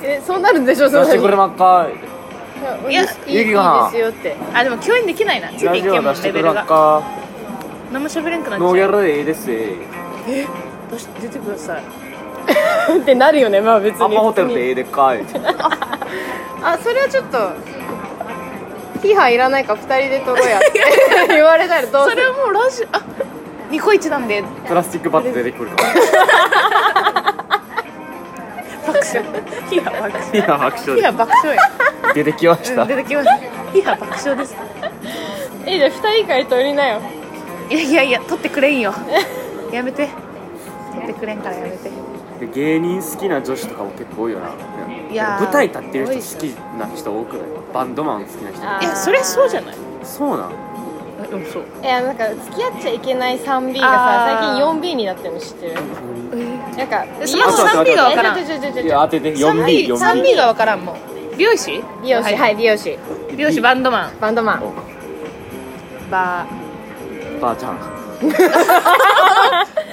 S4: えそうなるんでしょ
S3: 出
S4: そ
S3: してくれまっか
S4: い
S1: いや
S4: やいいいい
S3: ゆきこさん
S4: ですよって *laughs*
S1: あでも共演できないなつい
S3: ラ
S1: てい
S3: ジ
S1: け
S3: オ
S1: んも
S3: 出
S1: ん
S3: して
S1: レ
S3: く
S1: ベ
S3: れ
S1: ル
S3: まっ
S1: が
S3: か
S1: 何も喋れんくなっちゃ
S3: ノーギャ
S1: う
S3: ラでいいですえ
S1: どうし出てください
S4: ってなるよねまあ別に
S3: アパホテルでええでっかい
S4: あそれはちょっと批判いらないから二人で撮ろうやって *laughs* 言われたらどう
S1: そ
S4: す
S1: れ
S4: る
S1: はもうラジオあニコイチなんで
S3: プラスチックバット出てくるか
S1: 爆笑ヒハ爆笑
S3: らいや拍
S1: ヒハ
S3: 手
S1: 爆笑
S3: 出てきまし
S1: や、 *laughs* う
S3: た
S1: ん、出てきましたヒハ爆笑です
S4: えじゃあ二人から撮りなよ
S1: いやいやいや取ってくれ *laughs* んよやめて取ってくれんからやめて
S3: で芸人好きな女子とかも結構多いよない
S1: やー
S3: 舞台立ってる人好きな人多くないバンドマン好きな人
S4: あ
S1: いやそりゃそうじゃない
S3: そうなん
S1: えでもそう
S4: いやなんか付き合っちゃいけない 3B が
S1: あ
S4: さ
S1: ー
S4: 最近 4B になってるの知ってるなんか
S1: えその
S3: 後 3B が
S1: わからん
S4: えちょちょちょ
S3: い
S4: ち
S3: や
S4: ょ
S3: 当てて 4B
S1: 3B
S3: 4B
S1: 3B が分からんもん美容師
S4: 美容師はい、美容師
S1: 美容師バンドマン
S4: バンドマン
S3: お
S1: バ
S3: ばあちゃん
S1: ー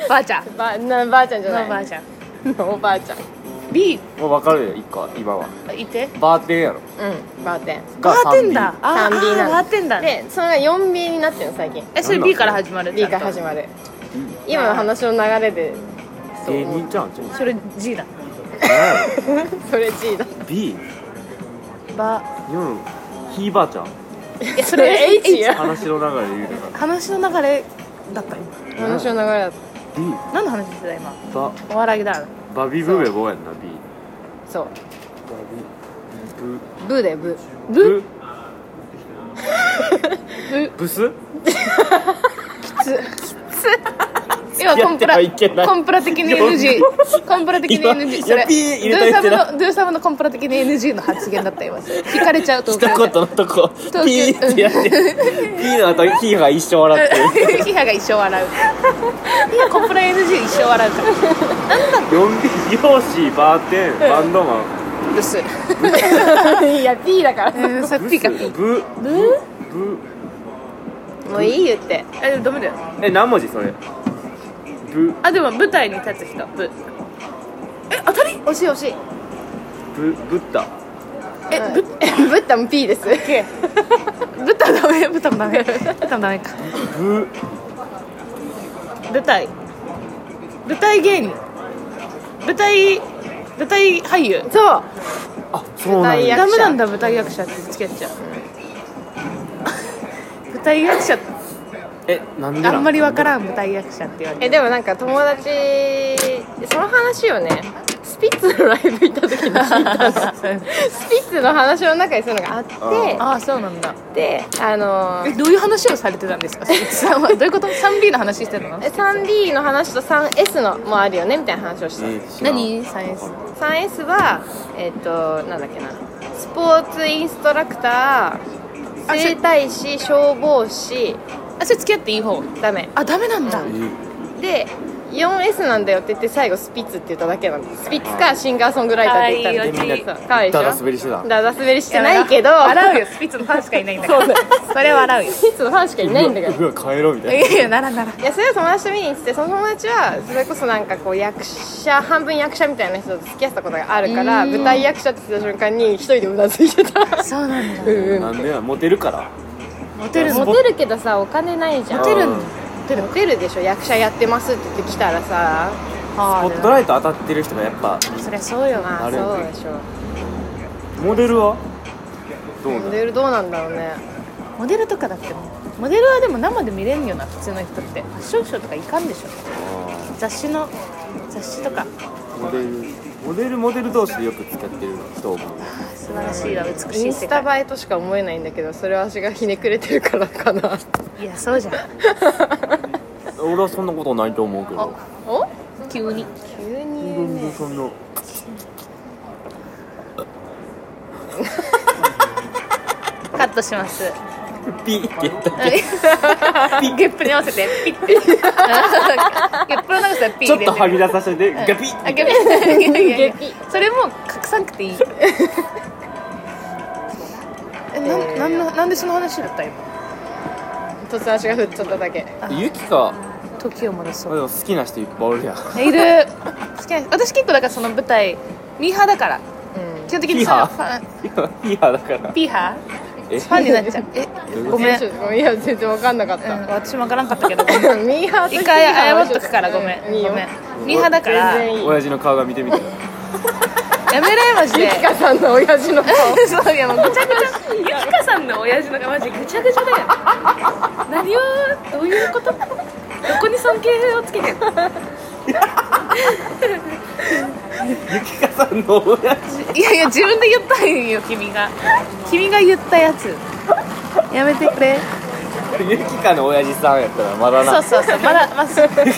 S1: ばあちゃん
S4: *laughs* ばなばあちゃんじゃ
S1: のば
S4: な
S1: あ
S4: い
S1: ちゃん
S4: のおばあちゃん
S1: B
S3: もう分かるよ一個今はい
S1: て
S3: バーテンやろ
S4: うんバーテン
S1: バーテンダー
S3: 3B
S1: あー
S4: 3B な
S1: あ
S4: の
S1: ーバーテンダーね
S4: でそれが 4B になってるの最近
S1: えそれ B から始まる
S4: B から始
S1: る
S4: まる今の話の流れでそう
S3: 芸人ちゃうんちゃう
S1: それ G だ
S3: 何やろ
S4: それ G だ
S3: B
S1: バ
S3: 夜ひいばあちゃん
S1: ーいやそ
S4: それ H や
S3: 話の流れで言うてか
S1: 話の流れだった今
S4: 話の流れだった
S3: B
S1: 何の話してた今
S3: バ
S1: お笑いだ
S3: バビブベボやんな B
S4: そう
S3: バビブ
S4: ブでブ
S3: ブ *laughs* ブス
S1: 今コンプ
S3: や
S1: ラ
S3: ってはいけない
S1: コンプラ的に NG コンプラ的に
S3: 今
S1: NG それ
S3: いやピー入れとい
S1: ド
S3: て
S1: ゥー
S3: な
S1: サムのドゥーサムのコンプラ的に NG の発言だった
S4: *laughs*
S1: 今引かれちゃうと
S3: 一言のとこ
S1: 京
S3: ピーってや
S1: *laughs*
S3: って P の後ヒーが一生笑ってる
S1: ヒハが一生笑ういやコンプラ NG 一生笑うから
S3: 4B 美容師バーテンバンドマン
S1: ブ
S4: *laughs*
S1: ス
S4: いや P だから
S1: *laughs* うんさっ
S3: ブ
S1: きかピ
S3: スブ
S1: ブ
S3: ブ
S4: もういい言って
S1: えでもダメだよ
S3: え何文字それブ
S1: あでも舞台に立つ人ブえ当たり
S4: 惜しい惜しい
S3: ブブッダ
S1: えぶ
S4: えブッダも P です
S1: ブタダメブタもダメブタもダメか
S3: ブ
S1: 舞台舞台芸人舞台舞台俳優
S4: そう
S3: あそう
S4: 舞
S3: なん
S4: 台
S3: や
S1: ダメなんだ舞台役者ってつけちゃ *laughs* う舞台役者
S3: えなんでな
S1: あんまりわから
S3: ん
S1: ん舞台役者って言われて
S4: えでもなんか友達その話をねスピッツのライブ行った時に聞いた *laughs* のスピッツの話の中にそういうのがあって
S3: あ
S1: ああそうなんだ
S4: であの
S1: えどういう話をされてたん *laughs* ですか鈴木さんはどういうこと 3B の話してたの
S4: 3D の話と 3S のもあるよねみたいな話をしたの、
S1: 何サイエンス
S4: 3S はえっ、となんだっけなスポーツインストラクター
S1: あ
S4: 整体師消防士
S1: あそれ付き合っていい方
S4: ダメ
S1: あダメなんだ、
S4: で 4S なんだよって言って最後スピッツって言っただけなのスピッツかシンガーソングライターって言った
S1: かわいい
S4: の
S1: よち
S4: そうかわいいでしょ
S3: ダダ滑りしてた
S4: ダダ滑りしてないけど
S1: 笑うよスピッツのファンしかいないんだからそれは笑うよ
S4: スピッツのファンしかいないんだから
S3: うわ帰ろうみたいない
S1: やいやならなら
S4: いやそれは友達と見に行っててその友達はそれこそなんかこう役者半分役者みたいな人と付き合ってたことがあるから
S1: うん
S4: 舞台役者って言った瞬間に一人でうなずいてた
S1: そうなんだ
S4: うんうん
S3: なんでやモテるから
S1: モテるの
S4: モテるけどさお金ないじゃん
S1: モテる
S3: うん
S1: の
S4: モテるでしょ役者やってますって言ってきたらさ
S3: ホ
S1: あ
S3: ットライト当たってる人がやっぱ
S1: そりゃそうよ
S4: ま
S1: な
S4: あ
S3: なるよ
S4: そう
S3: ね
S4: でしょ
S3: モデルはどうな
S4: モ
S3: の
S4: デルどうなんだろうね
S1: モデルとかだってモデルはでも生で見れんよな普通の人ってファッションショーとかいかんでしょ雑誌の雑誌とか
S3: モデルモデルモデル同士でよく付き合ってる人も
S1: 素晴らしいわ美しい世界
S4: インスタ映えとしか思えないんだけどそれは私がひねくれてるからか
S1: *laughs*
S4: ない
S1: やそうじゃん
S3: 俺はそんなことないと思うけ
S1: お
S3: ど
S4: お
S1: 急に
S4: 急に言う
S3: 全然
S4: ね
S3: そんな
S1: カットします
S3: ピーって言った
S1: *laughs* ゲップに合わせてピッてゲップの長さはピ
S3: ちょ
S1: ー
S3: っとはみ出させてガピ
S1: あ
S3: ッ
S1: ゲップ
S4: ゲ
S1: ゲ
S4: ッピ
S1: ップそれも隠さなくていいえなんなんのなんでその話だった今
S4: 突然足が振っちゃっただけ
S3: ゆきか
S1: 時を戻そ
S3: で
S1: う
S3: も好きな人いっぱいおるやん
S1: いる好きな私結構だからその舞台ミーハーだから
S4: うん
S1: 基本的
S3: ピ
S1: に
S3: ー
S1: その
S3: ハ
S1: ファン
S3: ーピーハーだから
S1: ピーハ
S3: え
S1: ーファンになっちゃうえごめん、
S4: ち
S1: う
S4: ょ
S1: ん
S4: っ *laughs* といや全然わかんなかった、
S1: 私もわからんかったけど
S4: ミーハーと
S1: 一回謝っとくからごめん
S4: いいよ
S1: ごめんミーハーだから
S4: 全
S1: や
S4: 然いい
S3: 親父の顔が見てみたい
S1: めれマジ
S4: ゆ
S1: で
S4: きかさんの親父の顔
S1: そういやもうぐちゃぐちゃゆきかさんの親父のがマジぐちゃぐちゃだよ何をどういうことどこに尊敬をつけてんの
S3: ゆきかさんの親父
S1: いやいや自分で言ったんよ君が君が言ったやつやめてくれ
S3: ゆきかの親父さんやったらまだな
S1: そうそうそうまだまあそうえ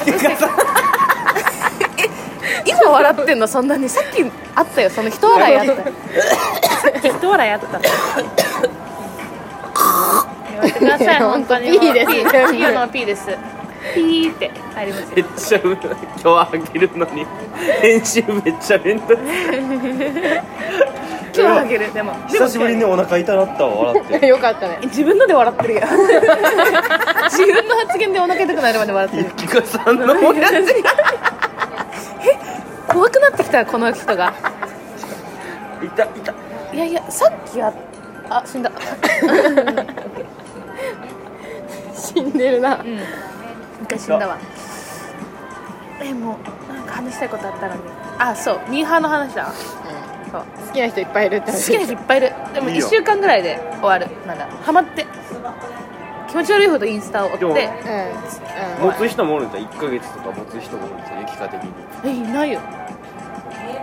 S1: *laughs* 今笑ってんのそんなにさっきあったよその人笑いあったよさっき人笑いあったのやめてくだ *laughs* さい本当にもう
S4: いいです
S1: ピーピーのはピーですピーって入ります
S3: め
S1: よ
S3: っちゃ今日はあげるのに編集めっちゃ面倒
S1: 今日はあげるでもでも
S3: 久しぶりにお腹痛なったわ笑って
S4: *laughs* よかったね
S1: 自分ので笑って *laughs* るよ自分の発言でお腹痛くなるまで笑って
S3: ゆ
S1: る
S3: きかさんの親父
S1: 怖くなってきたこの人が
S3: 痛い痛
S1: いやいやさっきああ死んだ
S4: 死んでるな、
S1: うん一回死んだわ *laughs* えもうなんか話したいことあったらねあそうミーハーの話だわそう
S4: 好きな人いっぱいいるって
S1: 好きな人いっぱいいるでも
S3: いいよ
S1: 1週間ぐらいで終わるなんだハマって気持ち悪いほどインスタを追っ
S3: でも
S1: て
S4: うん、
S3: 持つ人もおるんだ1ヶ月とか持つ人もおるんだゆきか的に
S1: えいないよ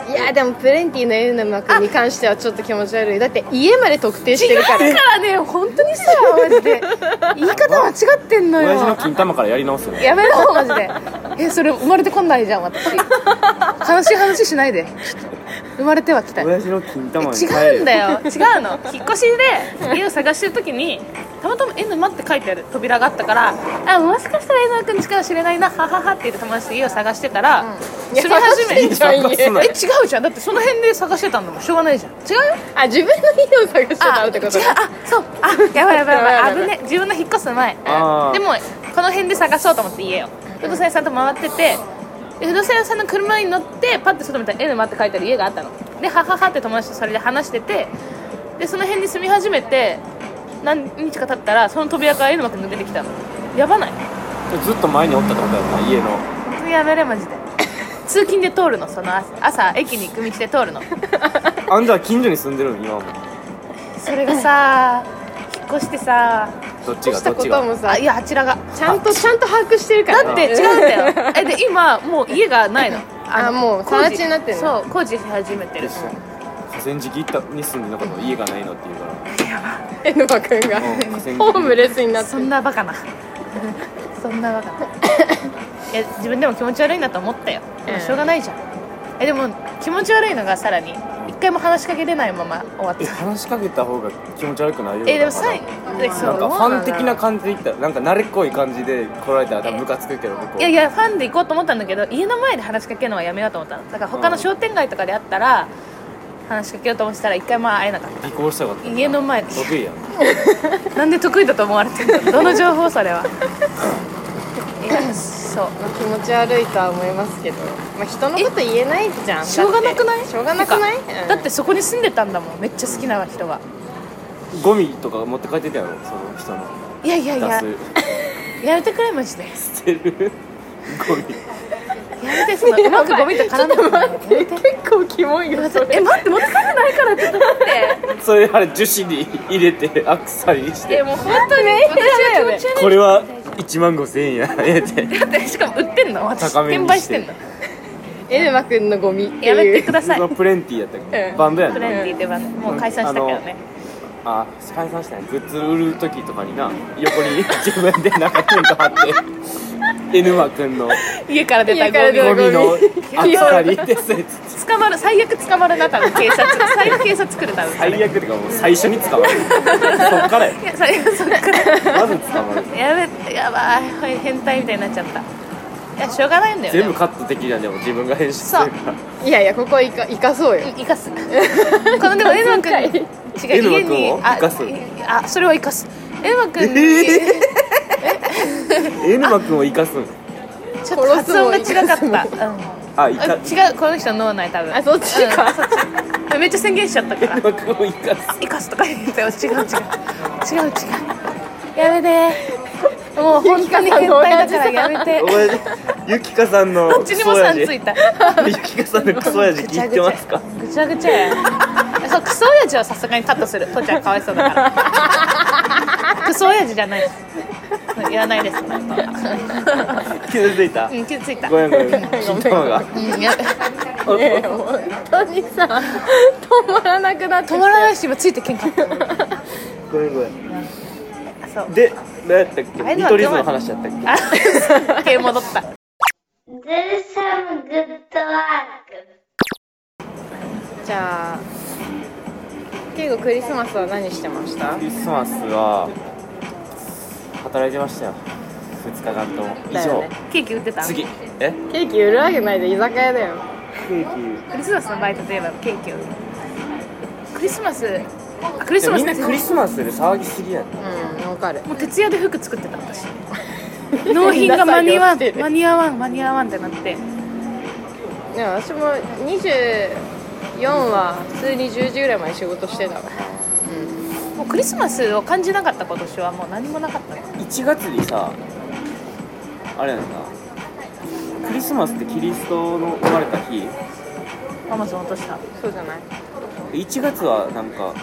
S4: うん、いやでもプレンティのエルネマ君に関してはちょっと気持ち悪いだって家まで特定してる
S1: だ
S4: か
S1: かららね本当にさマ
S4: *laughs*
S1: ジで言い方間違ってんの
S3: 親父
S1: よ
S3: の金玉からやり直すよね
S1: やめろマジでえそれ生まれてこないじゃん私悲しい話しないで生まれては来たい
S3: 親父の金玉に変え
S1: 違うんだ
S3: よ
S1: よ違うの引っ越しで家を探してる時にたまたま「え沼」って書いてある扉があったから「あもしかしたらえ沼くんかもしれないなははは」って言って友達と家を探してたら、
S4: うん
S1: 住み始め
S4: いや探してんじゃん家
S1: え違うじゃんだってその辺で探してたんだもんしょうがないじゃん違うよ
S4: あ自分の家を探してたってこと
S1: 違うあそうあやばいやばいやばい
S4: やばいやばい
S1: 危ね自分の引っ越す前
S3: あー
S1: でもこの辺で探そうと思って家を不動産屋さんと回っててで不動産屋さんの車に乗ってパッて外見たら「N 沼」って書いてある家があったので「ははは」って友達とそれで話しててでその辺に住み始めて何日か経ったらその扉から入間君抜けてきたのやばない
S3: ずっと前におったってことやな家の
S1: 本当にやめれマジで通勤で通るのその朝朝駅に行く道で通る *laughs* の
S3: あんじゃあ近所に住んでるの今も
S1: それがさ引っ越してさ
S3: どっちが
S4: した
S3: どっ
S4: こ
S3: ち
S4: と
S3: が
S4: もさ
S1: あいやあちらが
S4: ちゃんとちゃんと把握してるから
S1: だって違うんだよえで今もう家がないの
S4: あもう
S1: 工事
S4: 更地になってんの
S1: そう工事し始めてる
S3: 河川敷行ったに住んでなかったの家がないのって言うから
S4: えのばくんが
S3: うん河川敷
S4: ホームレスになって
S1: そんなバカなそんなバカないや自分でも気持ち悪いなと思ったよでもしょうがないじゃん、えでも気持ち悪いのがさらに一回も話しかけれないまま終わっ
S3: え
S1: た
S3: 話しかけた方が気持ち悪くないよ
S1: えでも
S3: だか
S1: さ
S3: ら
S1: い
S3: なんかフ
S1: そう
S3: ァン的な感じで行ったらなんか慣れっこい感じで来られたら多分ムカつくけど僕
S1: いやいやファンで行こうと思ったんだけど家の前で話しかけるのはやめようと思ったのだから他の商店街とかであったら話しかけようと思ってたら一回も会えなかっ
S3: 尾行したかった
S1: た家の前で
S3: 得意やん
S1: なんで得意だと思われてるのどの情報それはいやそう
S4: まあ気持ち悪いとは思いますけど、まあ、人のこと言えないじゃん
S1: しょうがなくな
S4: だっ
S1: い
S4: てしょうがなくない
S1: てか
S4: うん
S1: だってそこに住んでたんだもんめっちゃ好きな人は
S3: ゴミとか持って帰ってたやろその人の
S1: いやいやいや
S3: 出
S1: やめてくれマジで
S3: す捨てるゴミ
S1: やめてその *laughs* うまくゴミと絡んでくれやめて
S4: 結構キモいよそれ
S1: え待って持って帰ってないからって思って
S3: それあれ樹脂に入れてアクセサリーにし
S1: え
S3: て
S1: もう本当に私は気持ち悪い
S3: これは1万5千円やええって
S1: だってしかも売ってんの私
S3: 高め
S1: 転
S3: に
S1: 売し
S3: してて
S1: んの
S4: エルマくんのゴミっていう
S1: やめてください
S3: 僕はプレンティやったっ
S4: う
S3: け
S4: ん
S3: バンドや
S1: プ
S3: んな
S1: レンティってばもう解散したけどね
S3: あ解散したんやグッズ売る時とかにな横に自分で中テント張って N マくんの
S1: 家から出た
S4: 家から出
S1: ゴミ
S4: た
S3: ゴミの
S4: ゴ
S3: アクセサリーです
S1: 捕まる最悪捕まるな多分警察最悪警察来る多分
S3: 最悪ってかもう最初に捕まるそっからや
S1: いや最悪そっから
S3: まず捕まる
S1: やべやばいこれ変態みたいになっちゃったいやしょうがないんだよね
S3: 全部カットできるやんでも自分が編集するから
S4: いやいやここは生か生かそうよ
S1: い生かすこのでもエルマ君違う
S3: *laughs* エルマ
S1: 家
S3: 君を
S1: に
S3: 生かす
S1: ああそれは生かすエルマ君に、
S3: え N マくんを生かすん
S1: ちょっと発音が違かっ
S4: 殺すも生
S3: *laughs*
S1: た、うん、
S3: あ
S1: あ
S3: 生か
S1: 違うこの人の脳内多分
S4: あそっちか
S1: うんそっちめっちゃ宣言しちゃったから
S3: N マくんを生かす
S1: 生かすとか言って違う違う違う違う違うやめ
S3: *laughs*
S1: てもう本当に変態だからやめて
S3: お前ゆきかさんの
S1: どっちにもさんついた
S3: ゆきかさんのクソ親父聞いてますか
S1: ぐちゃぐちゃや *laughs* そうクソ親父はさすがにカットする父ちゃんかわいそうだ *laughs* からクソ親父じゃないです言わないです本当は
S3: 気づいた
S1: うん傷ついた
S3: ごめんごめん金玉が
S1: うんや
S4: ねえ本当にさ止まらなくなってきた
S1: 止まらないし今ついてけんか *laughs* った
S3: ごめんごめん
S1: そう
S3: で、何やったっけ
S1: あれで
S3: 見
S1: は
S3: 取り図の話やったっけ
S1: あ系戻った
S2: There's some good luck.
S4: じゃあ結構クリスマスは何してました
S3: クリスマスは働いてましたよ2日間とも以
S4: だよね
S3: 上
S1: ケーキ売ってた
S3: 次え
S4: ケーキ売るわけないで居酒屋だよ
S3: ケー
S1: クリスマスのバイトといえばケーキをクリスマスあクリ
S3: キ
S1: ス
S3: で
S1: マ
S3: もみ
S1: ス
S3: んなクリスマスで騒ぎすぎやん
S4: うんわかる
S1: もう徹夜で服作ってた *laughs* 私納品が間に合 *laughs* わん
S4: みんな作業してる
S1: 間に合わん間に合わんってなって
S4: でも私も24は普通に10時ぐらいまで仕事してたわ
S1: もうクリスマスを感じなかった今年はもう何もなかったね
S3: 1月にさあれやんなクリスマスってキリストの生まれた日
S1: アマゾン落とした
S4: そうじゃない
S3: 1月はなんか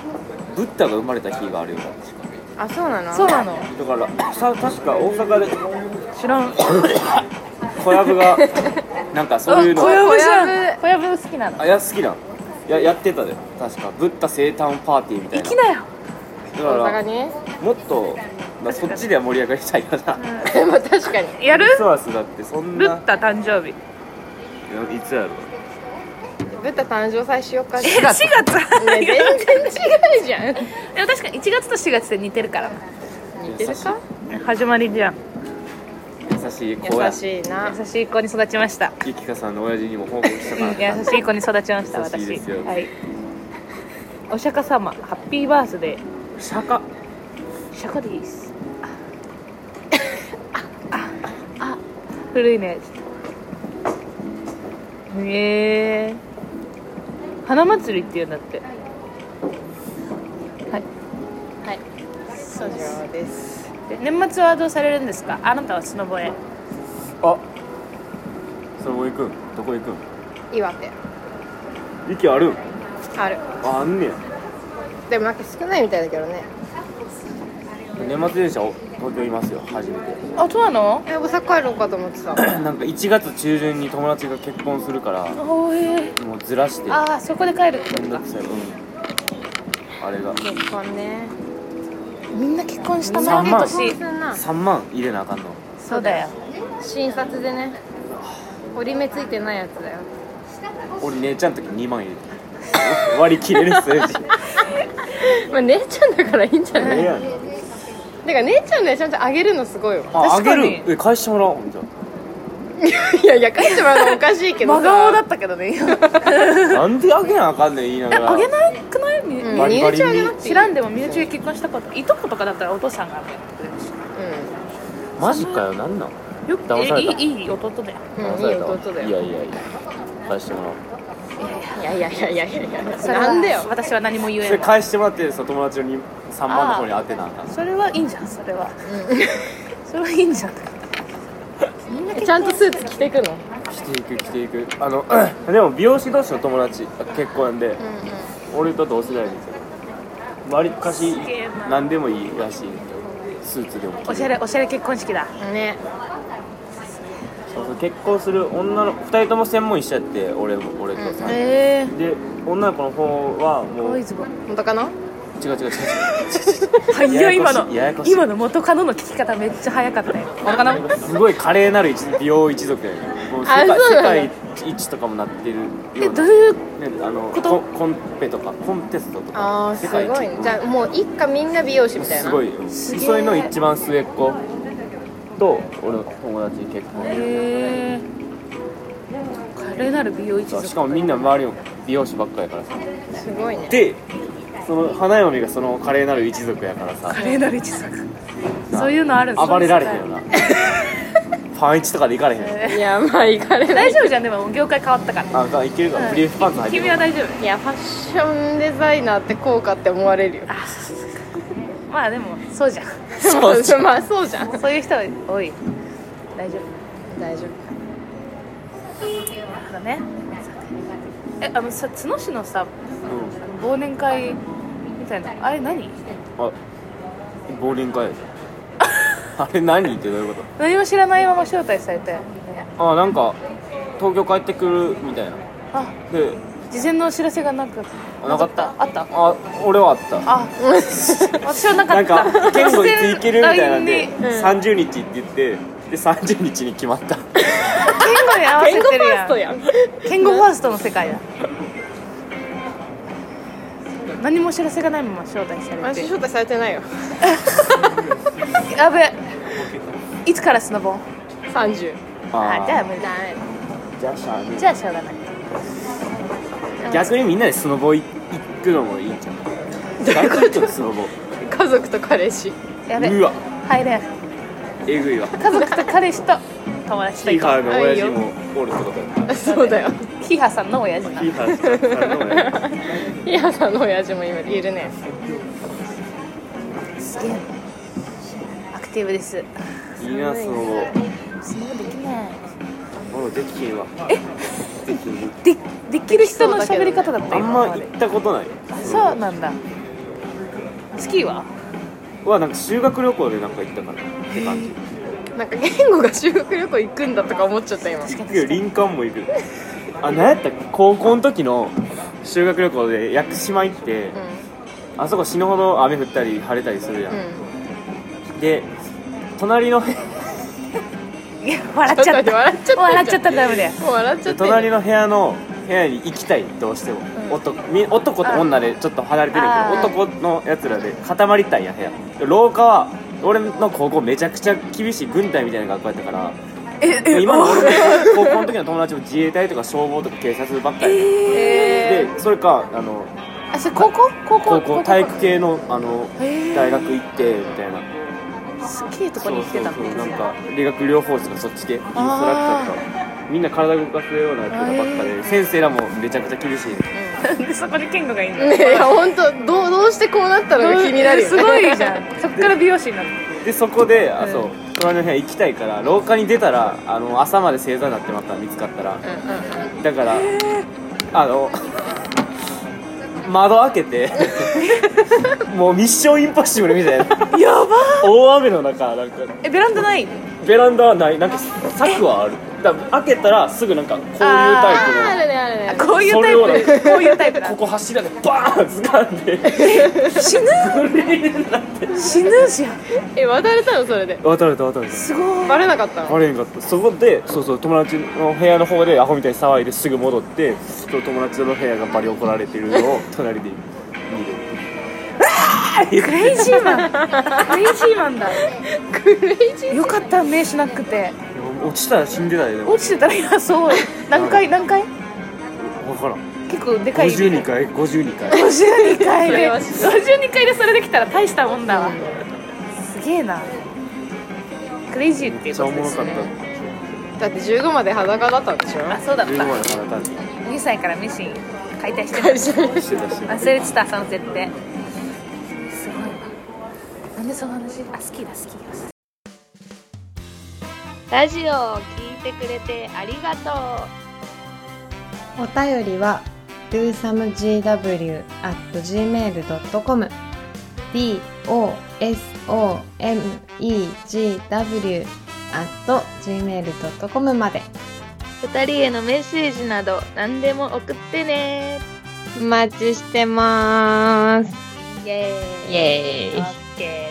S3: ブッダが生まれた日があるよな確か
S4: あそうなの
S1: そうなの
S3: だからさ確か大阪で
S1: 知らん
S3: 小籔がなんかそういうの
S1: 小籔じ
S4: 小
S1: ゃん小籔好きなの
S3: あいや好きなんややってたで確かブッダ生誕パーティーみたい
S1: 行
S3: な
S1: きなよ
S3: だ
S4: 大阪
S3: から
S4: に *laughs* ね
S3: もっとまあそっちでは盛り上がりたいかな、
S4: でも確かに
S1: やる
S3: クリスマスだってそんな
S1: ルッタ誕生日
S3: いやいつやろ
S4: ブッダ誕生祭しようか
S1: え4月
S4: ね、全然
S1: *laughs*
S4: 違うじゃん
S1: でも確かに1月と4月で似てるから
S4: 似てるか
S1: 始まりじゃん
S3: 優しい子や
S4: 優しいな
S1: 優しい子に育ちました
S3: ゆきかさんの親父にも報告したから
S1: 優しい子に育ちました
S3: 優しい
S1: 私
S3: ですよ
S1: はいお釈迦様ハッピーバースデー
S3: 釈迦
S1: シャコディースああああ古いねちょっとへえ花祭りっていうんだって
S4: そうです
S1: で年末はどうされるんですかあなたはスノボへ
S3: あそれも行くんどこ行くん
S4: 岩手
S3: 息あるん
S4: ある
S3: ああんねや
S4: でもなんか少ないみたいだけどね
S3: 年末年始は東京いますよ初めて
S1: あそうなの
S4: え大阪帰ろうかと思ってた
S3: *clears throat* なんか1月中旬に友達が結婚するから
S1: おえ
S3: もうずらして
S1: ああそこで帰るって
S3: めん
S1: こ
S3: ど
S1: と
S3: く
S1: か
S3: さいうんあれが
S4: 結婚ね
S1: みんな結婚したな
S3: 三
S1: 今
S3: 万
S1: 年
S3: 3万入れなあかんの
S1: そうだよ
S4: 診察でね折り目ついてないやつだよ
S3: 俺姉ちゃんの時2万入れた *laughs* 割り切れる数字
S4: *laughs* まあ姉ちゃんだからいいんじゃない
S3: ええ
S4: だ
S3: やん
S4: から姉ちゃんのやつちゃんとあげるのすごいよ
S3: ああ
S1: 確か
S3: げ
S1: に
S3: るえ返してもらおうほんじゃ
S4: *laughs* いやいや返してもらうのおかしいけど
S1: 真
S4: さ
S1: 顔だったけどね今
S3: なんであげなあかんねん言いな
S1: え
S3: がら
S1: あげなくない、み
S4: うん
S3: バリバリに
S4: 身内あげなくていい
S1: 知らんでもみんな中結婚したこといとことかだったらお父さんがやってくれるし
S3: マジかよなんなん
S1: よく
S3: 騙された
S1: えいいいい弟だよ
S4: うん、
S3: 騙
S4: う
S3: さ
S4: ん、い
S3: れ
S4: い
S3: たわ
S4: 弟だ
S3: いや
S4: よ
S3: いやいや返してもらおう
S4: いやいやいやいやいやいや
S1: それは
S4: なんでよ
S1: 私は何も言え
S3: そ
S1: な
S3: れ
S1: い
S3: 返してもらってその友達のに3万の方に当てなあかん
S1: それはいいんじゃんそれは、それはいいんじゃん
S4: ちゃんとスーツ着てくの
S3: 着ていく着ていくあの *clears throat* でも美容師同士の友達結婚で、俺と同世代ですよわりかし
S1: すげえな
S3: 何でもいいらしいスーツでも着て
S1: おしゃれおしゃれ結婚式だ
S4: ね
S3: そうそう結婚する女の2人とも専門医しちゃって俺も俺とさ、
S1: え
S3: で女の子の方はもう違う違う
S1: ズボン
S4: 本当かな
S3: 違う違う違う
S1: 早い今の
S3: ややこしい
S1: 今の元カノの聞き方めっちゃ早かったよ元カノ
S3: すごい華麗なる一美容一族やねもう世
S4: あ
S3: 界
S4: そうな
S3: 世
S4: んだ
S3: 界一とかもなってるような
S1: えどういう
S3: ね、あの
S1: こと
S3: コンコンペとかコンテストとか
S4: あーすごいね
S3: うん
S4: じゃあもう一家みんな美容師みたいな
S3: すごい
S1: すげえ
S3: そういうの一番末っ子と俺の友達結婚、
S1: えー、華麗なる美容一
S3: そう
S1: 族
S3: しかもみんな周りも美容師ばっかやからさ
S4: すごいね
S3: でその花嫁がその華麗なる一族やからさ
S1: 華麗なる一族そういうのあるんですね
S3: 暴れられへん
S1: *laughs*
S3: よなパンイチとかで行かれへん、
S1: え
S4: いやまあ行かれない
S1: 大丈夫じゃんでも業界変わったから
S3: あかんいけるか、ブリーフパンツ入って
S1: 君
S3: る
S1: は大丈夫
S4: いやファッションデザイナーってこうかって思われるよ
S1: あまあでもそうじゃん
S3: そうじゃ
S4: *laughs*
S3: ん
S4: まあそうじゃん
S1: そういう人は多い大丈夫
S4: 大丈夫
S1: なんかねえあのさ角市のさ忘年会みたいなあれ何
S3: うん、あ忘
S1: *laughs*
S3: 年会やじゃんあれ何ってどういうこ
S1: 何も知らないまま招待されて
S3: とあなんか東京帰ってくるみたいな
S1: あ
S3: で
S1: 事前のお知らせがなく
S3: あなかった
S1: あった
S3: あ俺はあった *laughs*
S1: あ私はなか
S3: な
S1: っ
S3: ん
S1: た
S3: か健吾いつ行けるみたいなん
S1: 事前
S3: *laughs* で
S1: LINE に
S3: 30日って言ってで30日に決まった
S1: 健吾に合わせ
S4: 言語フ
S1: てる
S4: ァー
S1: や
S4: ス
S1: ん
S4: トやん
S1: 健吾ファーストの世界だ何もお知らせがないまま招待され
S4: 私
S1: て
S4: 招待されてないよ
S1: やべえいつからスノボン
S4: 30
S1: あじゃあ
S3: ー
S1: 無理だ
S4: ダメ
S3: じゃあしゃあね
S1: じゃあしょうがない
S3: 逆にみんなでスノボい行くのもいいんじゃん誰かとスノボ
S4: 家族と彼氏
S1: やべえ
S3: うわ
S1: 入れん
S3: えぐいわ
S1: 家族と彼氏と友達と
S3: キ
S1: 行
S3: ー
S1: こ
S3: ハーの親父
S4: あ
S3: もおるってことや
S4: そうだよ
S1: うキーハさんの親父な
S3: キーハーさんの親 *laughs*
S4: *laughs*
S3: 父
S4: いやさんの親父も今いるね
S1: すげえアクティブです
S3: いいなスノボ
S1: スノボできない
S3: 俺できへんわできへん
S1: でできる人の喋り方だった
S3: あ
S1: よ
S3: ん
S1: 今
S3: ま
S1: ま
S3: 行
S1: で
S3: ったことない
S1: あそうなんだスキーは
S3: はなんか修学旅行でなんか行ったからって感じ
S4: なんか言語が修学旅行行くんだとか思っちゃった今
S1: 確かに
S3: 林間も行くあ何やったっけ高校の時の修学旅行で屋久島行って、あそこ死ぬほど雨降ったり晴れたりするやん、
S4: うん
S3: で隣の部
S1: いや笑っちゃった
S4: 笑っちゃった
S1: 笑っちゃったらダメだよ
S4: もう笑っちゃって
S3: 隣の部屋の部屋に行きたいどうしても、男み男と女でちょっと離れてるけ
S1: あー
S3: ど男のやつらで固まりたいんや部屋で廊下は俺の高校めちゃくちゃ厳しい軍隊みたいな学校やったから
S1: え
S3: 今の俺の高校の時の友達も自衛隊とか消防とか警察ばっかりやねん、
S1: え
S3: でそれかあの
S1: あそれ高校高校
S3: 高校体育系のあの
S1: へー
S3: 大学行ってみたいな
S1: スキーとかに行ってた
S3: そう
S1: の
S3: そうそうなんか理学療法士とかそっち系インストラクターとかみんな体動かすようなやつらばっかで先生らもめちゃくちゃ厳しい、
S1: なんでそこに健吾がいんの
S4: ねえいや本当どうどうしてこうなったのか気になるよ、
S1: す
S4: ね、
S1: ごいじゃん *laughs* そっから美容師になる
S3: でそこであそう隣の部屋行きたいから廊下に出たらあの朝まで正座になってまった見つかった
S4: う
S3: ら
S4: んうんうん
S3: だからあの窓開けてもうミッションインポッシブルみたいな
S1: やば
S3: 大雨の中なんか
S1: えベランダない
S3: ベランダはないなんか柵はあるだから開けたらすぐなんかこういう
S4: あーあ
S3: タイ
S4: るねあるね
S1: こういうタイ
S3: それ
S1: プこういうタイプ
S3: プの
S1: だ
S3: ここ柱でバーン掴んで
S1: 死ぬ
S3: グリーンになって
S1: 死ぬじゃん
S4: え渡れたのそれで
S3: 渡れた渡れた
S1: すごい
S4: バレなかったの
S3: バレへんかったそこでそうそう友達の部屋の方でアホみたいに騒いですぐ戻ってそう友達の部屋がバリ怒られてるの
S1: *laughs*
S3: を隣で見る
S1: クレイジーマンクレイジーマン *laughs* だ
S4: クレイジー
S1: よかった目しなくて
S3: 落ちたら死んでないでも
S1: 落ちてたらいやそう何回何回
S3: 分からん
S1: 結構でかい
S3: 52回52回
S1: *laughs* 52回
S4: それ
S1: で
S4: は
S1: 52回でそれできたら大したもんだわすげえなクレイジーって
S3: め
S1: い
S3: っ
S1: う
S3: ちゃ
S1: ことで
S3: おもろ
S1: す
S3: か
S1: よ
S3: った
S1: ね
S4: だって15まで裸だったんでしょ
S1: あそうだっ
S3: 15ま
S1: た
S3: で腹立っ
S1: 2歳からミシン解体してた
S3: てしてたし
S1: 忘れてたその設定すごいななんでその話あ好きだ好きだ
S5: ラジオを聞いてくれてありがとう。
S6: お便りは dosamgw.gmail.com dosamegw.gmail.com まで
S5: 二人へのメッセージなど何でも送ってね。
S6: お待ちしてます。
S5: イエーイ。
S6: イエーイ
S1: オッケー